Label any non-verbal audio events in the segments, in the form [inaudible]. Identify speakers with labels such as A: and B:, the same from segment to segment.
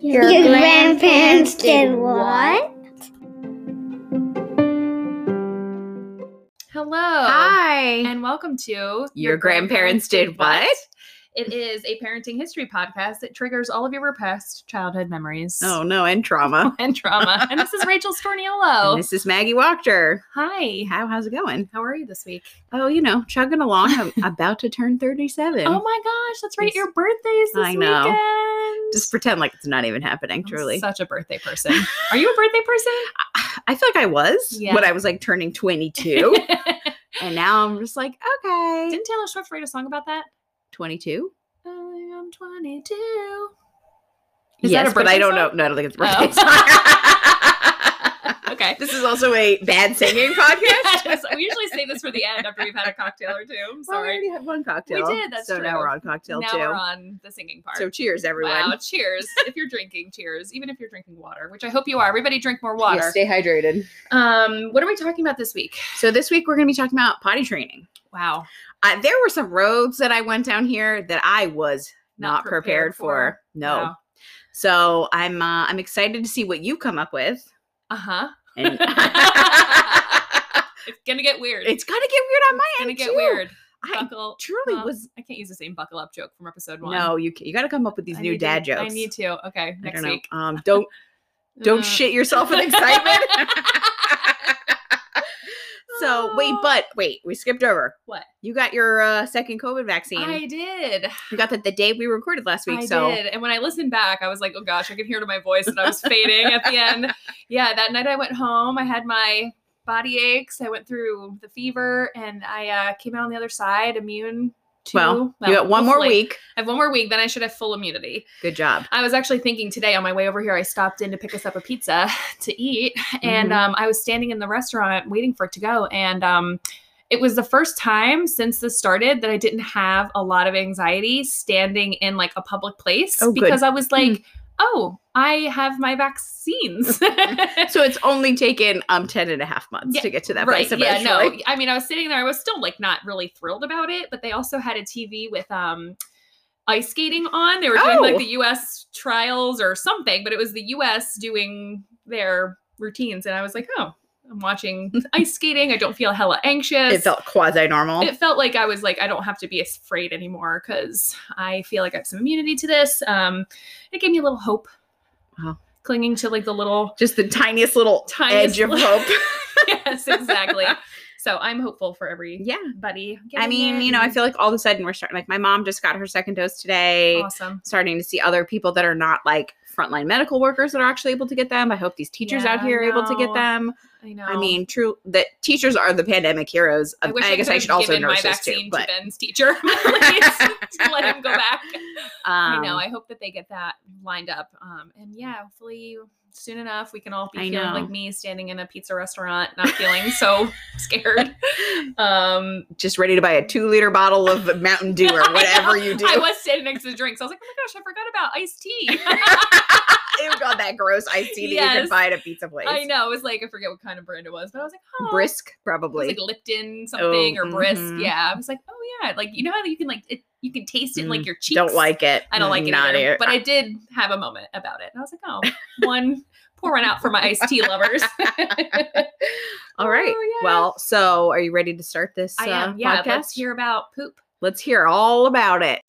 A: Your, grandparents, did what?
B: Hello.
C: Hi.
B: And welcome to Your,
C: Your Grandparents Did What?
B: It is a parenting history podcast that triggers all of your repressed childhood memories
C: Oh no,
B: [laughs]
C: and trauma.
B: and trauma. and this is Rachel Storniello.
C: [laughs] And this is Maggie Walker.
B: Hi.
C: How how's it going?
B: How are you this week?
C: Oh, you know, chugging along. I'm
B: [laughs]
C: about to turn 37.
B: Oh my gosh, that's right.
C: Yes.
B: Your birthday's this
C: I know.
B: weekend.
C: Just pretend like it's not even happening.
B: I'm
C: Truly,
B: such a birthday
C: [laughs]
B: person. Are you a birthday person?
C: I, I feel like I was
B: Yeah.
C: when I was like
B: [laughs]
C: turning 22, and now I'm just like, okay,
B: Didn't Taylor Swift write a song about that?
C: 22.
B: I'm 22. Is that
C: Yes,
B: a
C: but
B: birthday
C: I don't know.
B: song?
C: No, I don't think it's a
B: Oh. [laughs]
C: birthday [laughs] song.
B: Okay.
C: [laughs] This is also a bad singing [laughs] podcast.
B: [laughs] Yes, we usually say this for the end after we've had a cocktail or two. I'm
C: Well, [laughs] we
B: sorry.
C: already had one cocktail.
B: did, that's
C: so now
B: true.
C: we're on cocktail
B: now
C: two.
B: we're on the singing part.
C: So cheers, everyone.
B: Wow, cheers. if you're drinking, cheers. Even if you're drinking water, which I hope you are. Everybody drink more water.
C: Yeah, stay hydrated.
B: um, what are we talking about this week?
C: So this week we're going to be talking about potty training.
B: Wow.
C: Uh, there were some roads that I went down here that I was
B: Not
C: not,
B: prepared
C: prepared,
B: for.
C: for. No. So I'm uh, I'm excited to see what you come up with.
B: Uh-huh. [laughs]
C: And [laughs]
B: It's gonna get weird.
C: it's gonna get weird on my
B: gonna
C: end
B: get
C: too.
B: weird.
C: I
B: Buckle.
C: truly
B: up.
C: was
B: I can't use the same buckle up joke from episode one.
C: no. You c- you got to come up with these
B: I
C: new
B: need to-
C: dad jokes.
B: I need to. Okay,
C: I
B: next
C: don't know.
B: week.
C: Um,
B: [laughs]
C: don't don't
B: Uh,
C: shit yourself in excitement. [laughs] so
B: [laughs]
C: wait,
B: Oh.
C: but wait, we skipped over.
B: What?
C: You got your uh, second COVID vaccine.
B: I did.
C: you got that the day we recorded last week.
B: I
C: so
B: did. And when I listened back, I was like, oh gosh, I could hear it in my voice that I was fading at the
C: [laughs]
B: end. Yeah, that night I went home. I had my body aches. I went through the fever and I uh, came out on the other side immune to.
C: well, you got one more
B: hopefully.
C: week.
B: I have one more week, then I should have full immunity.
C: Good job.
B: I was actually thinking today on my way over here, I stopped in to pick us up a pizza [laughs] to eat. And
C: Mhm.
B: um, I was standing in the restaurant waiting for it to go. And um, it was the first time since this started that I didn't have a lot of anxiety standing in like a public place
C: Oh, good.
B: because I was like, oh, I have my
C: [laughs]
B: vaccines.
C: So it's only taken um 10 and a half months
B: Yeah,
C: to get to that
B: right.
C: place
B: Yeah, no.
C: eventually.
B: I mean, I was sitting there, I was still like not really thrilled about it, but they also had a TV with um ice skating on. They were doing like
C: Oh.
B: the US trials or something, but it was the US doing their routines. And I was like, oh, I'm watching
C: [laughs]
B: ice skating. I don't feel hella anxious.
C: It felt quasi normal.
B: It felt like I was like, I don't have to be afraid anymore because I feel like I have some immunity to this. Um, it gave me a little hope.
C: Wow.
B: Clinging to like the little
C: Just the tiniest little
B: Tiniest
C: edge of
B: little- [laughs]
C: hope.
B: yes, exactly. So I'm hopeful for everybody.
C: yeah. I
B: getting
C: mean,
B: it
C: you know, I
B: and-
C: feel like all of a sudden we're starting like my mom just got her second dose today.
B: awesome.
C: Starting to see other people that are not like frontline medical workers that are actually able to get them. I hope these teachers out
B: Yeah,
C: here are able to
B: no.
C: get them.
B: I know.
C: I mean, true that teachers are the pandemic heroes. Of, I, guess I
B: could've
C: should also
B: given my
C: nurses too.
B: vaccine to
C: But
B: Ben's teacher. [laughs] Please, to let him go back. I know.
C: um,
B: I hope that they get that lined up. Um, and yeah, hopefully soon enough we can all be
C: I
B: feeling like
C: know.
B: me standing in a pizza restaurant, not feeling
C: [laughs]
B: so scared. Um,
C: just ready to buy a two liter
B: [laughs]
C: bottle of Mountain Dew
B: I
C: or whatever
B: know,
C: you do.
B: I
C: [laughs]
B: was standing next to the drinks. I was like, oh my gosh, I forgot about iced tea.
C: Ew, Oh, God, that gross iced tea that you
B: Yes.
C: can buy at a pizza place.
B: I know. It was like I forget what kind of brand it was, but I was like, oh,
C: Brisk,
B: It was
C: probably.
B: like Lipton
C: Oh,
B: something or Brisk.
C: mhm.
B: Yeah, I was like, oh yeah, like you know how you can like it, you can taste it in like
C: Mm,
B: your cheeks.
C: Don't like it.
B: I don't like it
C: Not
B: either.
C: it.
B: But I did have a moment about it, and I was like,
C: [laughs]
B: oh, one pour one out for my iced tea lovers.
C: All right.
B: Oh, yeah.
C: Well, so are you ready to start this
B: I
C: uh,
B: am. Yeah,
C: podcast?
B: let's hear about poop.
C: Let's hear all about it.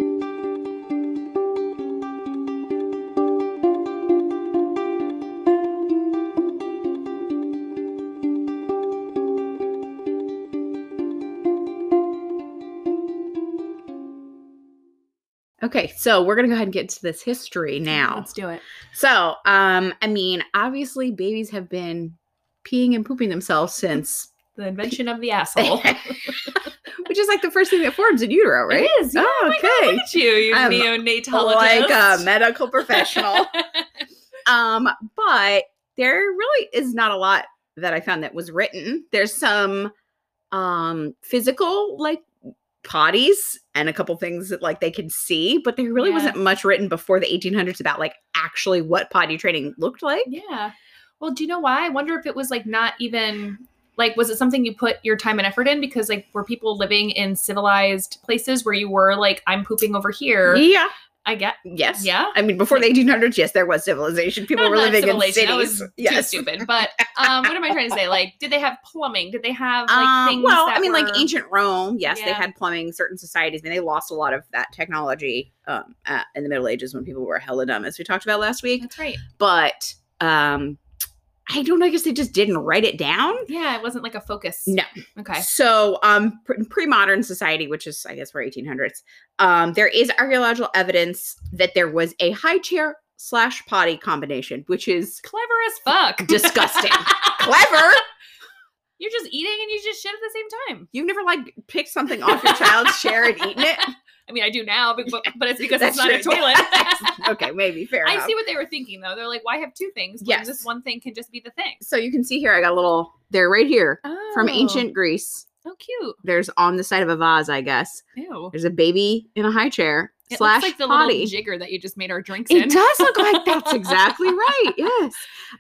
C: Okay, so we're gonna go ahead and get to this history now.
B: let's do it.
C: So, um, I mean, obviously, babies have been peeing and pooping themselves since,
B: The invention of the asshole.
C: [laughs] which is like the first thing that forms in utero, right?
B: [laughs] It is. Yeah, oh,
C: Oh,
B: my God,
C: okay.
B: look at you, you
C: I'm
B: neonatologist.
C: like
B: [laughs]
C: a medical professional. um, but there really is not a lot that I found that was written. There's some um physical like potties and a couple things that like they can see, but there really
B: Yeah.
C: wasn't much written before the 1800s about like actually what potty training looked like.
B: Yeah. Well, do you know why? I wonder if it was like not even Like, was it something you put your time and effort in? Because like, were people living in civilized places where you were like, I'm pooping over here?
C: Yeah.
B: I get.
C: Yes.
B: Yeah.
C: I mean, before the 1800s, yes, there was civilization. People
B: Not-
C: were
B: not
C: living in
B: civilization.
C: cities.
B: That was too
C: yes.
B: stupid. But um, what am I trying to say? Like, did they have plumbing? Did they have like
C: Um,
B: things?
C: well,
B: that
C: I mean,
B: were-
C: like ancient Rome, yes, they
B: Yeah.
C: had plumbing. Certain societies, I mean, they lost a lot of that technology um, uh in the Middle Ages when people were hella dumb, as we talked about last week.
B: That's right.
C: But um, I don't know. I guess they just didn't write it down.
B: Yeah, it wasn't like a focus.
C: No.
B: Okay.
C: So, um, pre- pre-modern society, which is I guess we're 1800s, um, there is archaeological evidence that there was a high chair slash potty combination, which is
B: Clever as fuck. [laughs]
C: Disgusting. clever.
B: You're just eating and you just shit at the same time.
C: You've never like picked something off your child's chair and eaten it.
B: I mean, I do now, but, but, but it's because
C: [laughs] That's
B: it's not a
C: true.
B: toilet.
C: [laughs] okay, maybe fair
B: I
C: enough.
B: see what they were thinking though. They're like, why have two things when
C: Yes.
B: this one thing can just be the thing?
C: so you can see here, I got a little. They're right here
B: Oh,
C: from ancient Greece.
B: So cute.
C: There's on the side of a vase, I guess.
B: Ew.
C: There's a baby in a high chair
B: It
C: slash
B: looks like the
C: potty.
B: little jigger that you just made our drinks in.
C: It does
B: [laughs]
C: look like that's exactly right. Yes.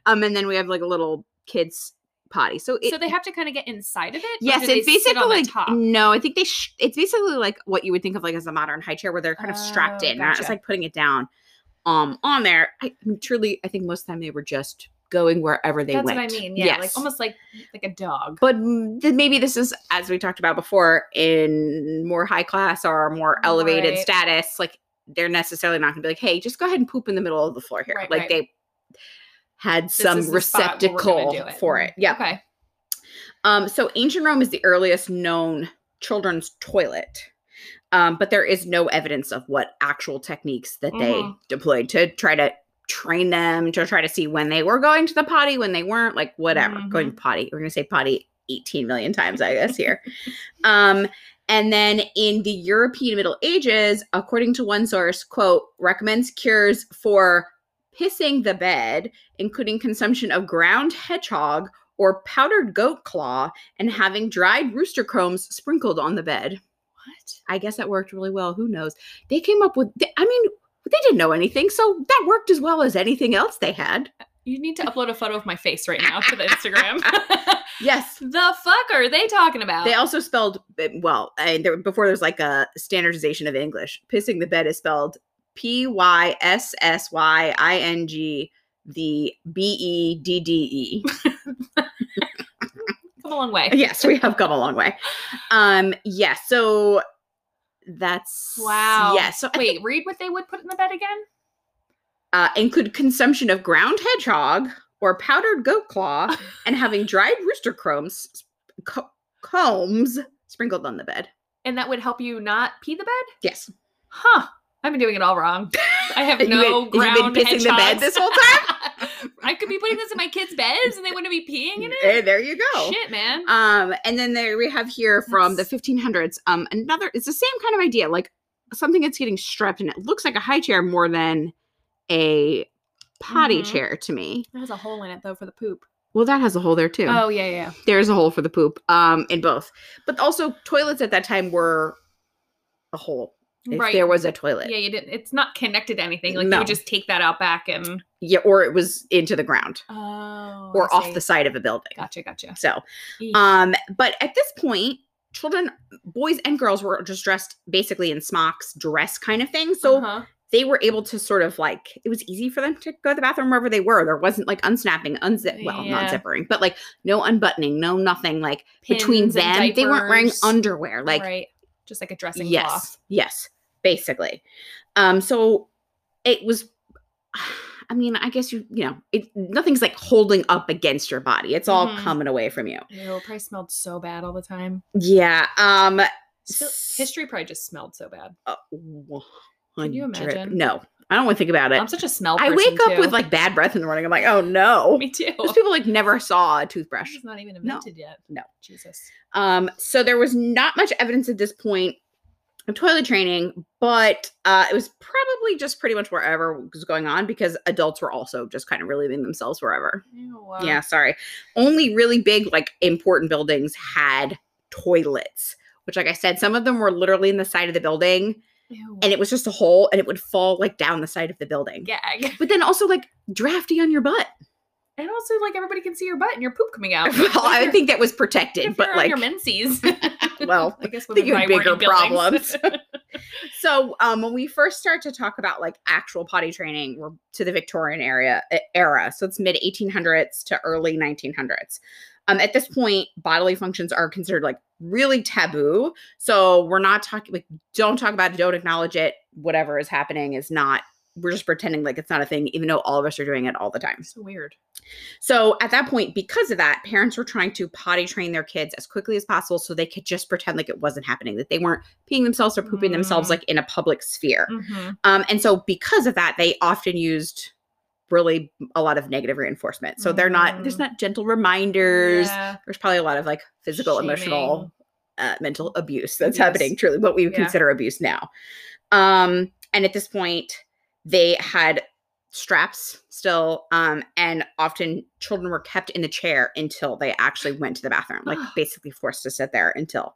C: Um, and then we have like a little kids potty. So it.
B: so they have to kind of get inside of it. or
C: Yes,
B: do they
C: it's
B: sit
C: basically
B: on the
C: like
B: top.
C: no. I think they. Sh- it's basically like what you would think of like as a modern high chair, where they're kind of strapped
B: Oh,
C: in, not just
B: gotcha.
C: like putting it down, um, on there. I, I mean, truly, I think most of the time they were just going wherever they
B: That's
C: went.
B: what I mean. Yeah, like almost like like a dog.
C: but m- th- maybe this is as we talked about before in more high class or more elevated
B: Right.
C: status like they're necessarily not going to be like hey just go ahead and poop in the middle of the floor here
B: Right,
C: like
B: right.
C: they had
B: This
C: some
B: is the spot where we're gonna
C: receptacle
B: do it.
C: for it yeah
B: Okay.
C: um so ancient rome is the earliest known children's toilet um but there is no evidence of what actual techniques that they
B: Mhm.
C: deployed to try to train them to try to see when they were going to the potty when they weren't like whatever going to potty we're going to say potty 18 million times i guess here um and then in the european middle ages according to one source quote recommends cures for pissing the bed including consumption of ground hedgehog or powdered goat claw and having dried rooster combs sprinkled on the bed
B: What?
C: i guess that worked really well who knows they came up with i mean they didn't know anything so that worked as well as anything else they had
B: You need to upload a photo of my face right now to the
C: [laughs]
B: Instagram. [laughs]
C: yes
B: the fuck are they talking about?
C: They also spelled eh, well. I, there, before there's like a standardization of English. Pissing the bed is spelled P Y S S Y I N G the B E D D E.
B: come a long way.
C: [laughs] Yes, we have come a long way. Um, yeah. So that's
B: Wow.
C: Yeah. So I
B: Wait, read what they would put in the bed again?
C: uh, include consumption of ground hedgehog or powdered goat claw
B: [laughs]
C: and having dried rooster crumbs co- combs sprinkled on the bed.
B: And that would help you not pee the bed?
C: Yes.
B: Huh. I've been doing it all wrong. I have
C: You
B: no
C: been-
B: ground
C: [laughs] you've been pissing the bed
B: hedgehogs.
C: this whole time.
B: [laughs] I could be putting this in my kids' beds and they wouldn't be peeing in it?
C: Hey, there you go.
B: Shit, man.
C: Um, and then there we have here from
B: That's-
C: the 1500s. Um, another it's the same kind of idea, like something that's getting strapped and it looks like a high chair more than a potty
B: Mhm.
C: chair to me.
B: There's a hole in it though for the poop.
C: Well, that has a hole there too.
B: Oh yeah, yeah.
C: There's a hole for the poop. Um, in both, but also toilets at that time were a hole.
B: yeah.
C: If
B: Right.
C: there was a toilet,
B: yeah, you didn't it's not connected to anything. Like you
C: No.
B: would just take that out back and
C: yeah, or it was into the ground
B: Oh
C: or
B: I
C: off
B: see.
C: the side of a building.
B: Gotcha, gotcha.
C: So
B: Eek.
C: Um, but at this point, children, boys and girls were just dressed basically in smocks, dress kind of thing. So
B: Uh-huh.
C: they were able to sort of like it was easy for them to go to the bathroom wherever they were. There wasn't like unsnapping, unzip well,
B: Yeah.
C: not zippering, but like no unbuttoning, no nothing. Like between
B: Pins and
C: them, they weren't wearing
B: diapers.
C: underwear. Like
B: right. just like a dressing
C: yes,
B: cloth.
C: yes, basically. Um, so it was. [sighs] I mean, I guess you you know, it nothing's like holding up against your body. It's all
B: Mhm.
C: coming away from you.
B: Ew, probably smelled so bad all the time.
C: Yeah. Um
B: So, history probably just smelled so bad.
C: Uh, wha-
B: Can you
C: hundred-
B: imagine?
C: No, I don't want to think about
B: I'm
C: it.
B: such a smell.
C: I
B: person,
C: wake up
B: too.
C: with like bad breath in the morning. I'm like, oh no.
B: [laughs] me too.
C: Those people like never saw a toothbrush.
B: It's not even
C: No.
B: invented yet.
C: No.
B: Jesus.
C: Um, so there was not much evidence at this point of toilet training, but uh, it was probably just pretty much wherever was going on because adults were also just kind of relieving themselves wherever.
B: Ew, uh,
C: yeah, sorry. Only really big, like important buildings had toilets, which, like I said, some of them were literally in the side of the building.
B: Ew.
C: and it was just a hole and it would fall like down the side of the building.
B: gag.
C: But then also like drafty on your butt. [laughs]
B: and also like everybody can see your butt and your poop coming out.
C: Well, I
B: Either-
C: think that was protected,
B: if
C: but
B: you're
C: like,
B: on your menses.
C: [laughs] well,
B: [laughs] I guess women
C: think you
B: probably
C: had
B: weren't
C: bigger
B: in buildings.
C: problems.
B: [laughs]
C: so um, when we first start to talk about like actual potty training, we're to the Victorian area e- era. So it's mid 1800s to early 1900s. Um, at this point, bodily functions are considered like really taboo. So we're not talking like don't talk about it, don't acknowledge it. Whatever is happening is not. We're just pretending like it's not a thing, even though all of us are doing it all the time.
B: so weird.
C: So at that point, because of that, parents were trying to potty train their kids as quickly as possible so they could just pretend like it wasn't happening, that they weren't peeing themselves or pooping themselves
B: Mm.
C: like in a public sphere.
B: Mm-hmm.
C: Um, and so because of that, they often used really a lot of negative reinforcement. So they're not there's
B: Mm.
C: not gentle reminders.
B: Yeah.
C: There's probably a lot of like physical, emotional, uh, mental abuse that's
B: Abuse.
C: happening. Truly, what we would
B: Yeah.
C: consider abuse now. Um, and at this point, they had straps still, um, and often children were kept in the chair until they actually went to the bathroom,
B: [gasps]
C: like basically forced to sit there until.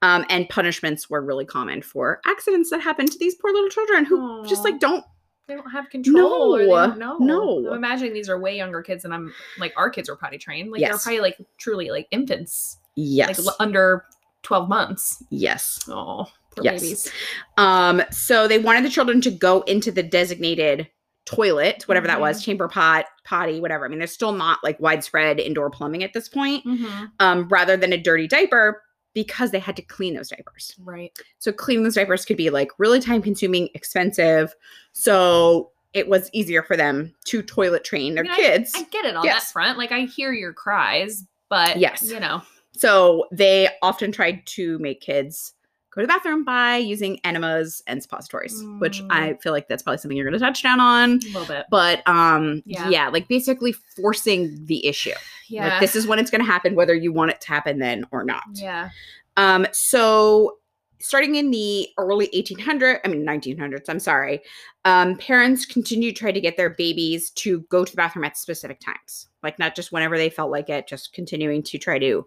C: Um, and punishments were really common for accidents that happened to these poor little children who just
B: Aw.
C: like don't
B: They don't have control. or they don't
C: No,
B: know.
C: no.
B: I'm imagining these are way younger kids, and I'm like, our kids are potty trained. Like they're
C: Yes.
B: probably like truly like infants,
C: yes
B: like l- under 12 months.
C: yes
B: Oh, poor
C: Yes.
B: babies.
C: Um, so they wanted the children to go into the designated toilet, whatever that
B: Mm-hmm.
C: was, chamber pot, potty, whatever. I mean, there's still not like widespread indoor plumbing at this point,
B: Mhm.
C: um, rather than a dirty diaper because they had to clean those diapers.
B: Right.
C: So cleaning those diapers could be like really time consuming, expensive. So it was easier for them to toilet train their
B: mean,
C: kids.
B: I get it on
C: Yes.
B: that front. Like I hear your cries, but
C: Yes.
B: you know,
C: so they often tried to make kids go to the bathroom by using enemas and suppositories, which
B: Mm.
C: I feel like that's probably something you're going to touch down on.
B: a little bit.
C: but um yeah.
B: Yeah.
C: like basically forcing the issue
B: Yeah.
C: like this is when it's going to happen whether you want it to happen then or not
B: yeah.
C: um so starting in the early 1800s i mean 1900s i'm sorry um parents continued to try to get their babies to go to the bathroom at specific times like not just whenever they felt like it just continuing to try to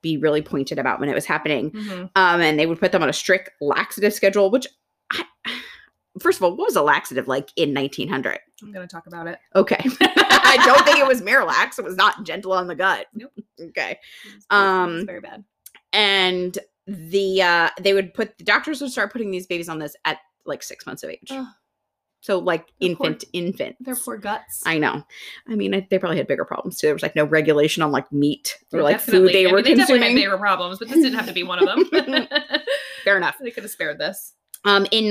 C: be really pointed about when it was happening
B: Mhm.
C: um, and they would put them on a strict laxative schedule which I, [sighs] first of all what was a laxative like in 1900
B: I'm gonna talk about it.
C: Okay. [laughs] I don't think it was Miralax. It was not gentle on the gut.
B: Nope.
C: Okay.
B: [laughs] It's
C: Um,
B: very bad.
C: And the uh they would put the doctors would start putting these babies on this at like six months of age.
B: Ugh.
C: So like
B: They're poor-
C: infant infant.
B: Their poor guts.
C: I know. I mean, I, they probably had bigger problems too. There was like no regulation on like meat or
B: Well,
C: like
B: definitely.
C: food they
B: I
C: were
B: mean, they definitely
C: consuming.
B: had bigger problems, but this didn't have to be one of
C: [laughs]
B: them. [laughs]
C: Fair enough.
B: they could have spared this.
C: Um, in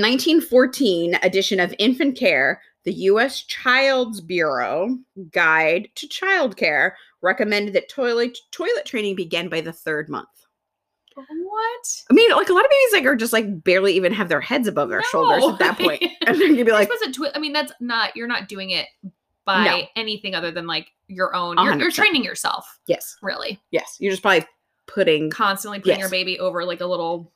C: 1914, edition of Infant Care, the U.S. Child's Bureau Guide to Child Care recommended that toilet toilet training begin by the third month.
B: What?
C: I mean, like a lot of babies like are just like barely even have their heads above their shoulders at that point. [laughs] And then you'd be
B: You're
C: like,
B: supposed to twi- I mean, that's not. You're not doing it by
C: No.
B: anything other than like your own. You're, you're
C: 100%.
B: training yourself,
C: yes,
B: really,
C: yes. You're just probably putting
B: constantly putting
C: Yes.
B: your baby over like a little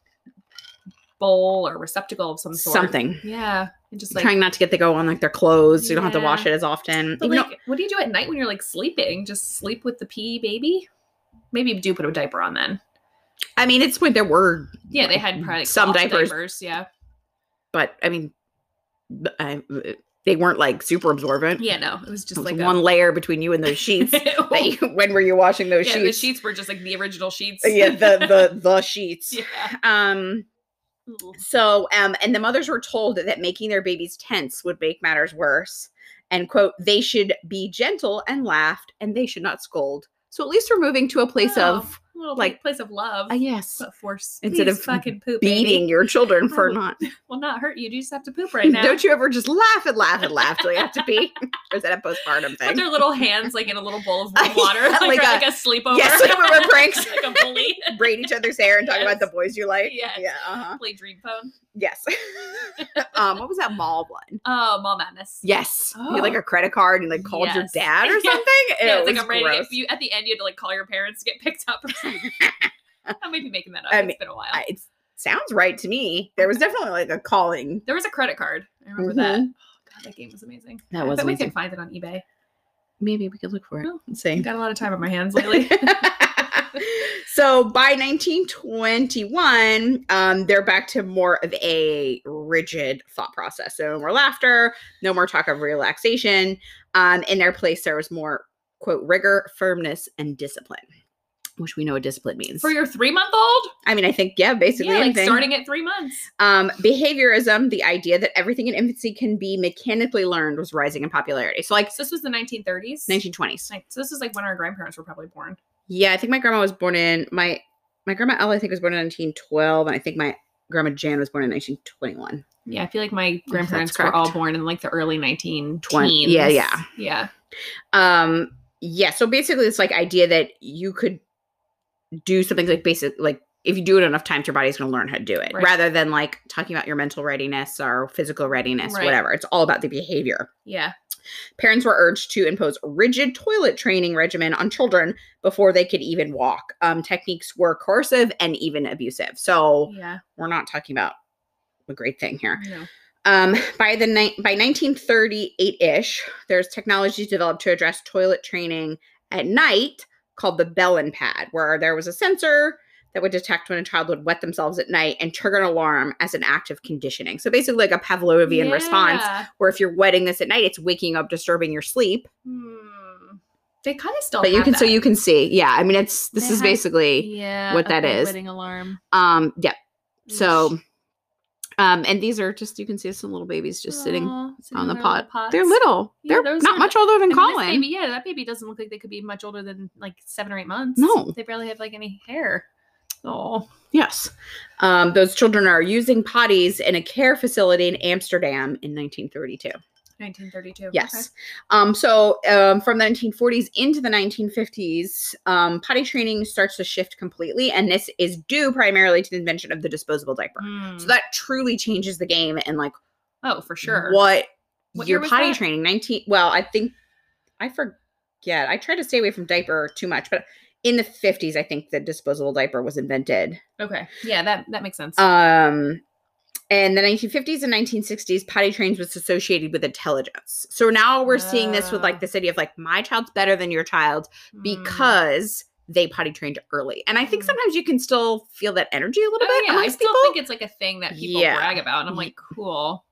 B: bowl or receptacle of some sort.
C: something,
B: Yeah, and just like.
C: trying not to get to go on like their clothes. so You don't have to
B: Yeah.
C: wash it as often.
B: but,
C: Even though-
B: like, what do you do at night when you're like sleeping? Just sleep with the pee baby? Maybe you do put a diaper on then.
C: I mean, at this point there were,
B: Yeah, they had probably like,
C: Some
B: soft
C: diapers.
B: Yeah,
C: but I mean, b- I, they weren't like super absorbent.
B: yeah, no, it was just
C: It was
B: like [laughs]
C: one layer between you and those sheets. That you- when were you washing those
B: yeah, the
C: sheets?
B: sheets were just like the original sheets.
C: yeah, the the the
B: [laughs]
C: sheets.
B: yeah.
C: Um. So, um, and the mothers were told that making their babies tense would make matters worse. And quote, they should be gentle and laughed, and they should not scold. So at least we're moving to a place
B: Oh,
C: of
B: a little
C: like-
B: like place of love,
C: a yes,
B: but force
C: Instead
B: Please
C: of
B: fucking poop,
C: beating
B: baby.
C: your children for
B: Oh,
C: not.
B: will not hurt you. You just have to poop right now.
C: [laughs] Don't you ever just laugh and laugh and laugh till you have to pee? [laughs] or is that a postpartum
B: Put
C: thing?
B: their little hands like in a little bowl of
C: Uh, [laughs]
B: warm water, [laughs]
C: yeah,
B: like,
C: like
B: or,
C: a-
B: like a sleepover. [laughs]
C: Yes, [laughs] like when we're pranks.
B: like a bully. [laughs]
C: Braid each other's hair and talk about
B: Yes.
C: the boys you like.
B: Yes.
C: Yeah. Uh-huh.
B: Play dream phone.
C: Yes. [laughs] um, what was that mall one?
B: Oh, mall madness.
C: Yes. You had like
B: Oh.
C: a credit card and like called your
B: [laughs] Yes.
C: dad or
B: Yeah.
C: something.
B: Yeah,
C: Ew,
B: it's
C: it
B: like
C: was
B: I'm ready.
C: gross.
B: To, you, at the end, you had to like call your parents to get picked
C: [laughs]
B: up. Or something. I might be making that up.
C: I mean,
B: it's been a while.
C: I- it sounds right to me. There was definitely like a calling.
B: there was a credit card. I remember that. Oh, God, that game was amazing.
C: Mm-hmm. That
B: I
C: was
B: bet we
C: amazing.
B: can find it on eBay.
C: Maybe we could look for it
B: Oh.
C: and [laughs] see.
B: Got a lot of time on my hands lately.
C: [laughs] so by 1921, um, they're back to more of a rigid thought process. So no more laughter, no more talk of relaxation. Um, in their place, there was more quote rigor, firmness, and discipline. Which we know what discipline means.
B: For your three month old?
C: I mean, I think yeah, basically
B: Yeah, like
C: anything.
B: starting at three months.
C: Um, behaviorism, the idea that everything in infancy can be mechanically learned, was rising in popularity. So, like
B: So this was the 1930s.
C: 1920s.
B: Like, So this is like when our grandparents were probably born.
C: Yeah, I think my grandma was born in my my grandma Elle, I think, was born in 1912, and I think my grandma Jan was born in 1921.
B: Yeah, I feel like my
C: that's
B: grandparents were all
C: correct.
B: born in like the early 1920s.
C: Twen- yeah, yeah.
B: Yeah.
C: Um, yeah. So basically, this like idea that you could do something like basic, like if you do it enough times, your body's going to learn how to do it,
B: Right.
C: rather than like talking about your mental readiness or physical readiness,
B: Right.
C: whatever. It's all about the behavior.
B: Yeah.
C: Parents were urged to impose rigid toilet training regimen on children before they could even walk. Um, techniques were coercive and even abusive. So
B: Yeah.
C: we're not talking about a great thing here.
B: No.
C: Um, by the ni- by 1938-ish, there's technologies developed to address toilet training at night called the Bellin pad, where there was a sensor that would detect when a child would wet themselves at night and trigger an alarm as an act of conditioning. So basically like a Pavlovian response
B: Yeah.
C: where if you're wetting this at night, it's waking up, disturbing your sleep.
B: Hmm. They kind of still
C: But you
B: have
C: can, so
B: that.
C: you can see. Yeah. I mean, it's, this
B: They
C: is
B: have-
C: basically,
B: yeah,
C: what
B: a
C: that is.
B: wedding alarm.
C: um, yeah.
B: Oosh.
C: So, um, and these are just, you can see some little babies just sitting
B: Aw, sitting
C: on
B: in
C: the
B: their little
C: pot.
B: pots.
C: They're little.
B: Yeah,
C: they're
B: those
C: not
B: are
C: much older
B: I
C: than
B: mean, this
C: Colin.
B: baby, yeah, that baby doesn't look like they could be much older than like seven or eight months.
C: No.
B: They barely have like any hair. Oh.
C: Yes. Um, those children are using potties in a care facility in Amsterdam in 1932.
B: 1932. Okay.
C: Yes. Um, so um, from the 1940s into the 1950s, um, potty training starts to shift completely. And this is due primarily to the invention of the disposable diaper.
B: Hmm.
C: So that truly changes the game and like
B: oh, for sure.
C: what,
B: What year
C: your
B: was
C: potty
B: that?
C: training. 19 well, I think I forget. I try to stay away from diaper too much, but in the 50s, I think the disposable diaper was invented.
B: Okay. Yeah, that that makes sense.
C: Um and the 1950s and 1960s, potty trains was associated with intelligence. So now we're seeing this with
B: Ah.
C: like this idea of like my child's better than your child
B: Hmm.
C: because they potty trained early. And I think
B: Mm.
C: sometimes you can still feel that energy a little
B: Oh,
C: bit
B: yeah, I
C: amongst
B: still
C: people.
B: think it's like a thing that people
C: Yeah.
B: brag about. And I'm
C: Ye- [laughs]
B: like, cool.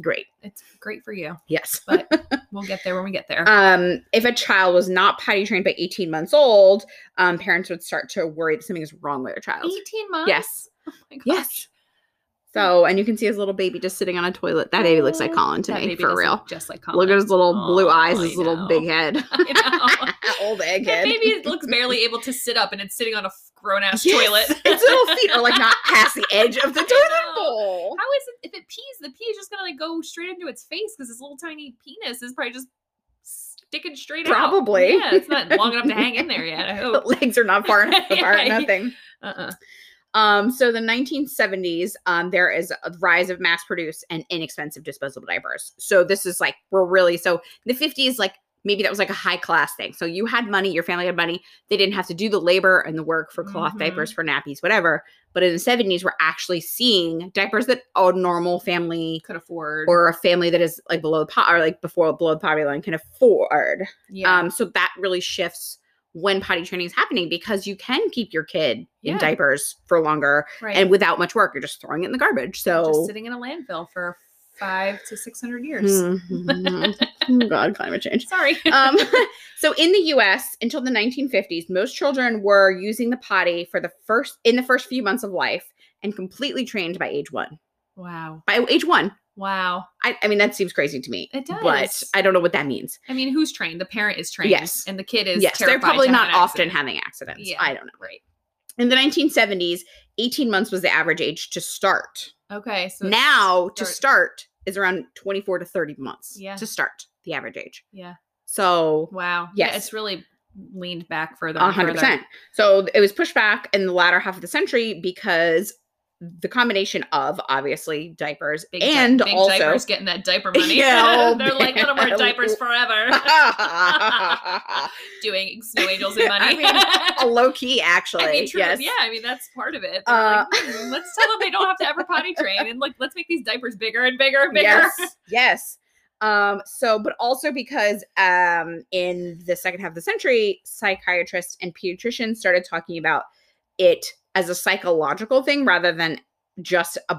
C: Great.
B: It's great for you.
C: Yes.
B: But we'll get there when we get there.
C: Um, if a child was not potty trained by 18 months old, um, parents would start to worry that something is wrong with their child.
B: 18 months?
C: Yes.
B: Oh my gosh.
C: Yes. So, and you can see his little baby just sitting on a toilet. That baby looks like
B: Oh,
C: Colin to
B: That
C: me,
B: baby
C: for
B: does
C: real.
B: look Just like
C: Look at his little blue
B: Oh,
C: eyes,
B: I
C: his little
B: know.
C: big [laughs] head.
B: [laughs] I know.
C: Old
B: [laughs]
C: egghead.
B: That [laughs] baby looks barely able to sit up and it's sitting on a grown ass
C: Yes,
B: toilet. [laughs]
C: [laughs] its little feet are like not past the edge of the
B: I
C: toilet
B: know.
C: bowl.
B: How is it? If it pees, the pee is just gonna like go straight into its face because its little tiny penis is probably just sticking straight out.
C: Probably.
B: Yeah, it's not long enough to hang in
C: [laughs]
B: there yet. I
C: The
B: hope.
C: legs are not far enough
B: [laughs] Yeah,
C: apart,
B: yeah.
C: nothing.
B: Uh-uh.
C: Um, so the 1970s, um, there is a rise of mass-produced and inexpensive disposable diapers. So this is like we're really so the 50s, like maybe that was like a high-class thing. So you had money, your family had money. They didn't have to do the labor and the work for cloth
B: Mhm.
C: diapers, for nappies, whatever. But in the 70s, we're actually seeing diapers that a normal family
B: Could afford.
C: or a family that is like below the pot or like before below the poverty line can afford.
B: yeah.
C: Um, so that really shifts when potty training is happening because you can keep your kid
B: Yeah.
C: in diapers for longer
B: right.
C: and without much work, you're just throwing it in the garbage.
B: just
C: So,
B: sitting in a landfill for five to six hundred
C: Hmm.
B: years.
C: Mhm. [laughs] God, climate change.
B: Sorry. [laughs]
C: Um, [laughs] so, in the U.S. until the 1950s, most children were using the potty for the first in the first few months of life and completely trained by age one.
B: wow.
C: By age one,
B: Wow.
C: I, I mean that seems crazy to me.
B: It
C: but
B: does.
C: I don't know what that means.
B: I mean, who's trained? The parent is trained.
C: Yes.
B: And the kid is.
C: yes, they're
B: terrified
C: probably
B: to have
C: not
B: an
C: often
B: accident.
C: having accidents.
B: Yeah.
C: I don't know.
B: Right.
C: In the 1970s, 18 months was the average age to start.
B: Okay. So it's-
C: now to
B: start-
C: start is around 24 to 30 months
B: Yeah.
C: to start the average age
B: Yeah.
C: so
B: Wow. Yeah,
C: Yes.
B: it's really leaned back further. and further.
C: 100% so it was pushed back in the latter half of the century because the combination of obviously diapers
B: Big di-
C: and
B: big
C: also [laughs]
B: diapers getting that diaper money. [laughs]
C: Yeah, oh,
B: They're like, gonna wear
C: man. [laughs]
B: diapers forever. [laughs]
C: a
B: Doing snow angels and money.
C: I
B: [laughs]
C: mean, low key actually
B: I mean, true.
C: yes Uh,
B: Yeah, I mean that's part of it. They're like, "Hmm, let's tell them they don't have to ever potty
C: [laughs]
B: train, and like let's make these diapers bigger and bigger and bigger.
C: yes yes um so but also because um in the second half of the century psychiatrists and pediatricians started talking about it as a psychological thing rather than just a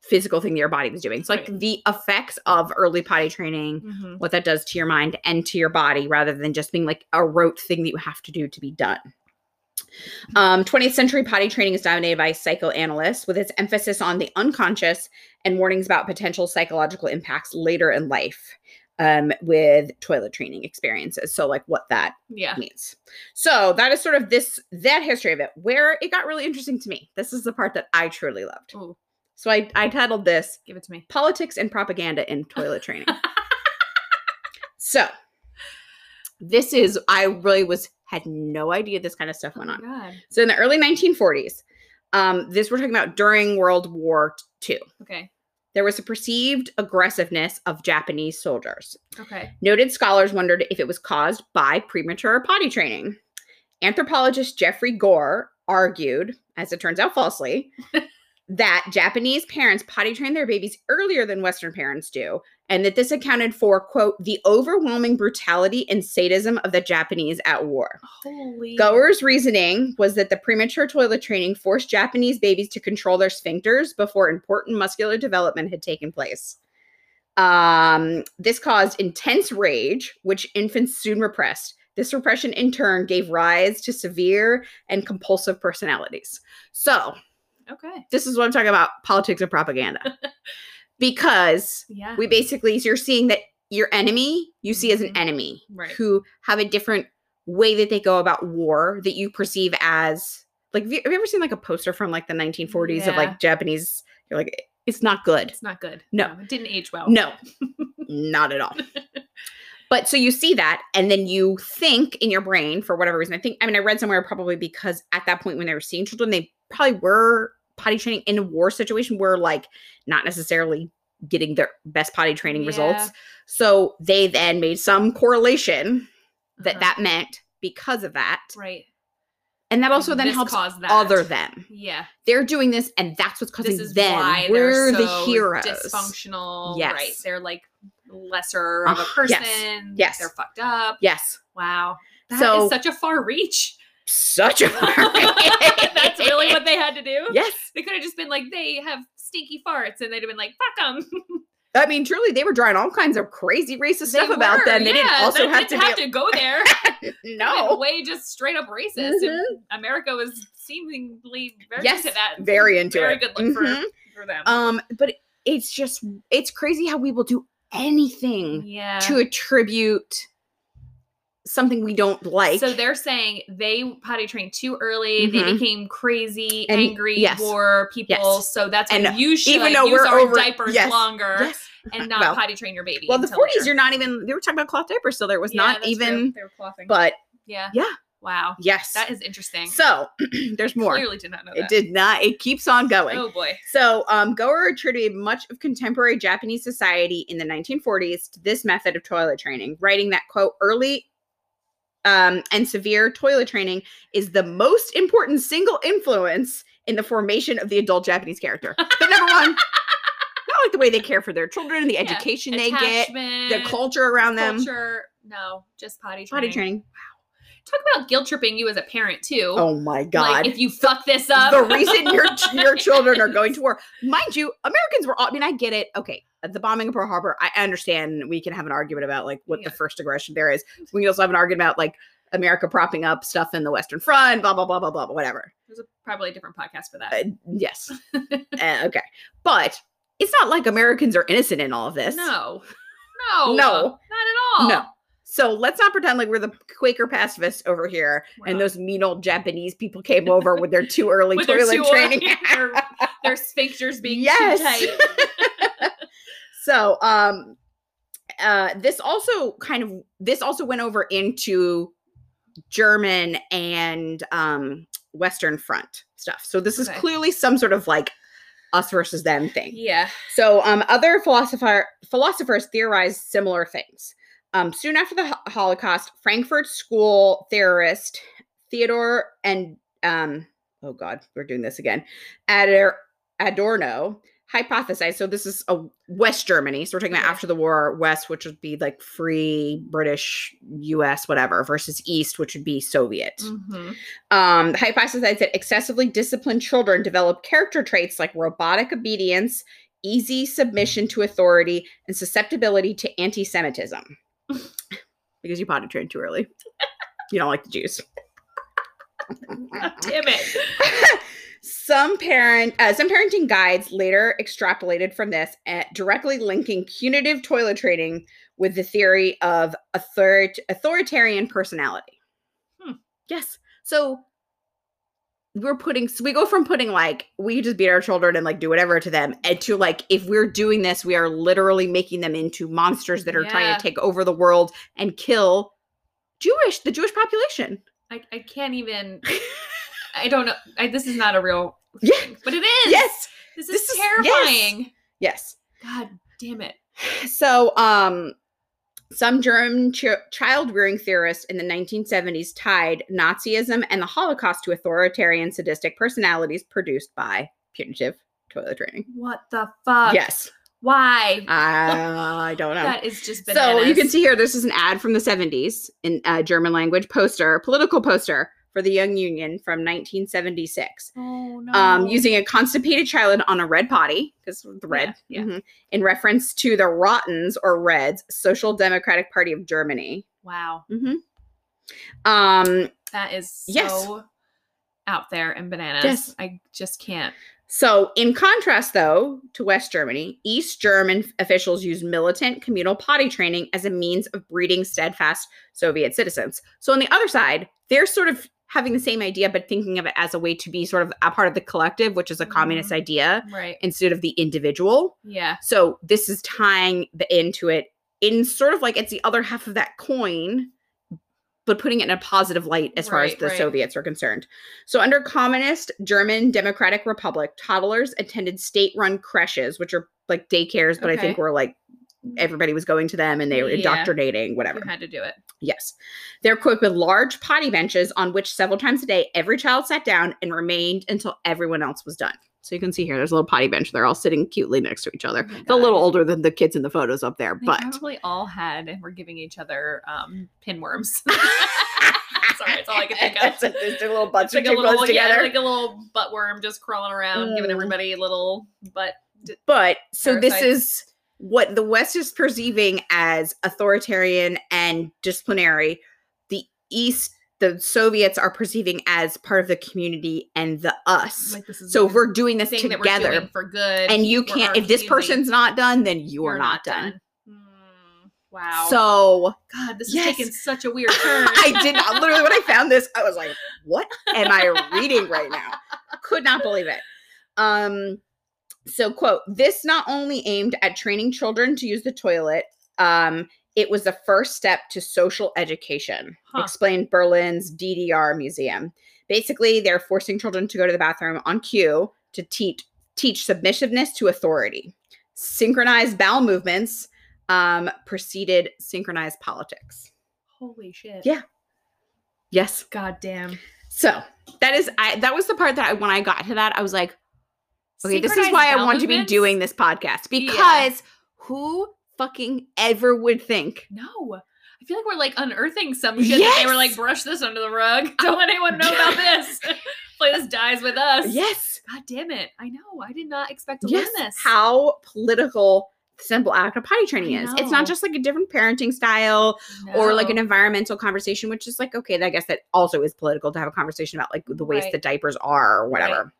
C: physical thing that your body was doing. So like
B: Right.
C: the effects of early potty training,
B: Mhm.
C: what that does to your mind and to your body rather than just being like a rote thing that you have to do to be done. Um, 20th century potty training is dominated by psychoanalysts with its emphasis on the unconscious and warnings about potential psychological impacts later in life um, with toilet training experiences. So, like, what that
B: Yeah.
C: means. So that is sort of this that history of it where it got really interesting to me. This is the part that I truly loved.
B: Ooh,
C: So I, I titled this
B: give it to me.
C: Politics and Propaganda in Toilet Training. so this is I really was had no idea this kind of stuff went
B: Oh my
C: on.
B: God.
C: So in the early 1940s, um, this we're talking about during World War II.
B: Okay.
C: There was a perceived aggressiveness of Japanese soldiers.
B: Okay.
C: Noted scholars wondered if it was caused by premature potty training. Anthropologist Jeffrey Gore argued, as it turns out falsely, that Japanese parents potty train their babies earlier than Western parents do, and that this accounted for, quote, the overwhelming brutality and sadism of the Japanese at war.
B: Holy.
C: Goer's reasoning was that the premature toilet training forced Japanese babies to control their sphincters before important muscular development had taken place. Um, this caused intense rage, which infants soon repressed. This repression, in turn, gave rise to severe and compulsive personalities. So,
B: Okay.
C: this is what I'm talking about politics and propaganda. because
B: Yeah.
C: we basically, so you're seeing that your enemy you see as an
B: Mhm.
C: enemy
B: Right.
C: who have a different way that they go about war that you perceive as like have you, have you ever seen like a poster from like the 1940s of
B: Yeah.
C: like Japanese you're like it's not good.
B: it's not good.
C: No.
B: It didn't age well.
C: No. not
B: [laughs]
C: at all. But so you see that and then you think in your brain for whatever reason I think I mean I read somewhere probably because at that point when they were seeing children they probably were potty training in a war situation where like not necessarily getting their best potty training results. So they then made some correlation that
B: Uh-huh.
C: that meant because of that.
B: Right.
C: And that also
B: Like,
C: then
B: this
C: helps
B: caused that.
C: other them.
B: Yeah.
C: They're doing this and that's what's causing
B: This is
C: them.
B: why
C: We're
B: they're
C: the
B: so
C: heroes.
B: Dysfunctional. Right.
C: Yes.
B: They're like lesser of a
C: Ah,
B: person.
C: yes. Yes.
B: They're fucked up.
C: Yes.
B: Wow. That is
C: So-
B: such a far
C: [laughs]
B: reach. [laughs]
C: Such a [laughs]
B: That's really what they had to do.
C: Yes.
B: They could have just been like, they have stinky farts, and they'd have been like, fuck them.
C: I mean, truly, they were drawing all kinds of crazy racist stuff about them. They didn't also have, to
B: have to go there.
C: be
B: no.
C: no.
B: way just straight up racist. And
C: Mhm.
B: America was seemingly very
C: Yes,
B: into that. Mm-hmm.
C: very into
B: very
C: it.
B: good look
C: Mhm.
B: for, for them.
C: Um, but it's just it's crazy how we will do anything
B: yeah.
C: Um, to attribute something we don't like.
B: so they're saying they potty trained too early. They
C: Mhm.
B: became crazy,
C: And-
B: angry
C: yes.
B: war people.
C: Yes.
B: So that's when
C: And
B: you should
C: though
B: use
C: we're
B: our
C: over-
B: diapers
C: yes,
B: longer
C: yes.
B: and not
C: Well-
B: potty train your baby.
C: Well, the
B: until
C: 40s,
B: later.
C: you're not even. They were talking about cloth diapers, so there was
B: Yeah,
C: not
B: that's true.
C: even.
B: They were clothing.
C: But
B: yeah,
C: yeah.
B: Wow,
C: yes,
B: that is interesting.
C: so [clears throat] there's more.
B: Clearly did not know
C: It
B: that.
C: did not. It keeps on going.
B: Oh boy.
C: So, um, Goer attributed much of contemporary Japanese society in the 1940s to this method of toilet training, writing that, quote, early um, and severe toilet training is the most important single influence in the formation of the adult Japanese character. But number
B: [laughs]
C: one, I like the way they care for their children, the education they get, the
B: Attachment,
C: culture around them.
B: culture. No, just potty training.
C: Potty training.
B: Talk about guilt tripping you as a parent too.
C: Oh my
B: Like
C: God.
B: if you fuck this up,
C: the reason your
B: [laughs]
C: ch- your children are going to war. Mind you, Americans were all. I mean, I get it. Okay, the bombing of Pearl Harbor. I understand. We can have an argument about like what
B: Yeah.
C: the first aggression there is. We can also have an argument about like America propping up stuff in the Western Front. Blah blah blah blah blah. Whatever.
B: There's a, probably a different podcast for that.
C: Uh,
B: [laughs]
C: yes. Uh, okay, but it's not like Americans are innocent in all of this.
B: No, no,
C: No.
B: not at all.
C: No. So let's not pretend like we're the Quaker pacifists over here,
B: We're
C: and
B: not.
C: those mean old Japanese people came over with their too
B: [laughs]
C: early
B: With
C: toilet
B: their two-
C: training.
B: their, their sphincters being
C: Yes.
B: too tight.
C: So, um, uh, this also kind of this also went over into German and um, Western Front stuff. So this
B: Okay.
C: is clearly some sort of like us versus them thing. [laughs]
B: Yeah.
C: So, um, other philosopher philosophers theorized similar things. Um, soon after the Ho- Holocaust, Frankfurt School theorist Theodore and um, oh God, we're doing this again. Ador- Adorno hypothesize. So this is a West Germany. So we're talking about
B: Okay.
C: after the war West, which would be like free British, U.S. whatever, versus East, which would be Soviet.
B: Mhm.
C: Um, hypothesized that excessively disciplined children develop character traits like robotic obedience, easy submission to authority, and susceptibility to anti-Semitism. [laughs] because you potted trained too early. you don't like the Jews.
B: Damn it.
C: some parent uh, some parenting guides later extrapolated from this uh, directly linking punitive toilet training with the theory of author- authoritarian personality
B: Hmm.
C: yes so we're putting so we go from putting like we just beat our children and like do whatever to them and to like if we're doing this we are literally making them into monsters that are trying
B: Yeah.
C: to take over the world and kill jewish the jewish population [laughs]
B: I, I can't even. I don't know. I, this is not a real
C: Yeah.
B: thing, but it is.
C: yes
B: This is
C: This is- yes.
B: terrifying.
C: yes
B: God damn it.
C: So, um, some German ch- child rearing theorists in the 1970s tied Nazism and the Holocaust to authoritarian, sadistic personalities produced by punitive toilet training.
B: What the fuck?
C: yes,
B: Why?
C: I
B: [laughs]
C: don't know.
B: That is just
C: So
B: bananas.
C: you can see here, this is an ad from the 70s in uh, German language poster, political poster for the Young Union from 1976
B: Oh no.
C: um, using a constipated child on a red potty because the red
B: yeah.
C: mhm, in reference to the Rottens or Reds, Social Democratic Party of Germany.
B: Wow,
C: hmm Um,
B: that is so
C: Yes.
B: out there and bananas.
C: Yes.
B: I just can't.
C: so, in contrast, though, to West Germany, East German officials used militant communal potty training as a means of breeding steadfast Soviet citizens. So, on the other side, they're sort of having the same idea, but thinking of it as a way to be sort of a part of the collective, which is a communist
B: Mhm.
C: idea,
B: Right.
C: instead of the individual.
B: Yeah.
C: So this is tying the into it in sort of like it's the other half of that coin, but putting it in a positive light as far as
B: Right,
C: the
B: right.
C: Soviets are concerned. So under communist German Democratic Republic, toddlers attended state-run creches, which are like daycares, but I think
B: Okay.
C: were like everybody was going to them and they were
B: Yeah.
C: indoctrinating, whatever.
B: You had to do it.
C: Yes. They're equipped with large potty benches on which several times a day every child sat down and remained until everyone else was done. So you can see here, there's a little potty bench. They're all sitting cutely next to each other.
B: Oh my
C: They're a little
B: God.
C: older than the kids in the photos up there,
B: They
C: but
B: probably all had and were giving each other um,
C: [laughs]
B: pinworms. [laughs] [laughs] Sorry, that's all I could think of.
C: That's it, there's their little
B: [laughs] It's
C: butts
B: like a
C: sticking close
B: little, yeah,
C: together.
B: like a little butt worm just crawling around, giving
C: Mm.
B: everybody little butt.
C: but so this
B: Parasites.
C: is what the West is perceiving as authoritarian and disciplinary. The East, the Soviets are perceiving as part of the community and the us.
B: Like this is
C: So
B: the
C: if we're doing this
B: thing that we're doing
C: together,
B: for good,
C: and you
B: we're
C: can't
B: our
C: if this
B: community.
C: person's not done then you are
B: You're
C: not, done,
B: Mm, wow.
C: so
B: God, this
C: Yes.
B: is taking such a weird turn.
C: [laughs] i did not literally when i found this i was like what am i reading right now could not believe it um so quote this not only aimed at training children to use the toilet um it was the first step to social education
B: Huh.
C: explained berlin's ddr museum basically they're forcing children to go to the bathroom on cue to teach teach submissiveness to authority synchronized bowel movements um, preceded synchronized politics
B: Holy shit.
C: Yeah. yes
B: God damn.
C: so that is i that was the part that I, when i got to that i was like okay this is
B: Synchronized
C: why i
B: bowel
C: want to be
B: movements?
C: doing this podcast
B: Yeah.
C: because who fucking ever would think
B: No. I feel like we're like unearthing some shit that they were like,
C: Yes.
B: brush this under the
C: [laughs]
B: rug. Don't let anyone know about this. [laughs] Play this dies with us.
C: yes
B: God damn it. I know. I did not expect to
C: yes
B: learn this.
C: how political the simple act of potty training
B: I
C: is it's not
B: know.
C: just like a different parenting style or like an
B: No.
C: environmental conversation, which is like, okay, I guess that also is political to have a conversation about like the waste
B: Right.
C: that diapers are or
B: Right.
C: whatever.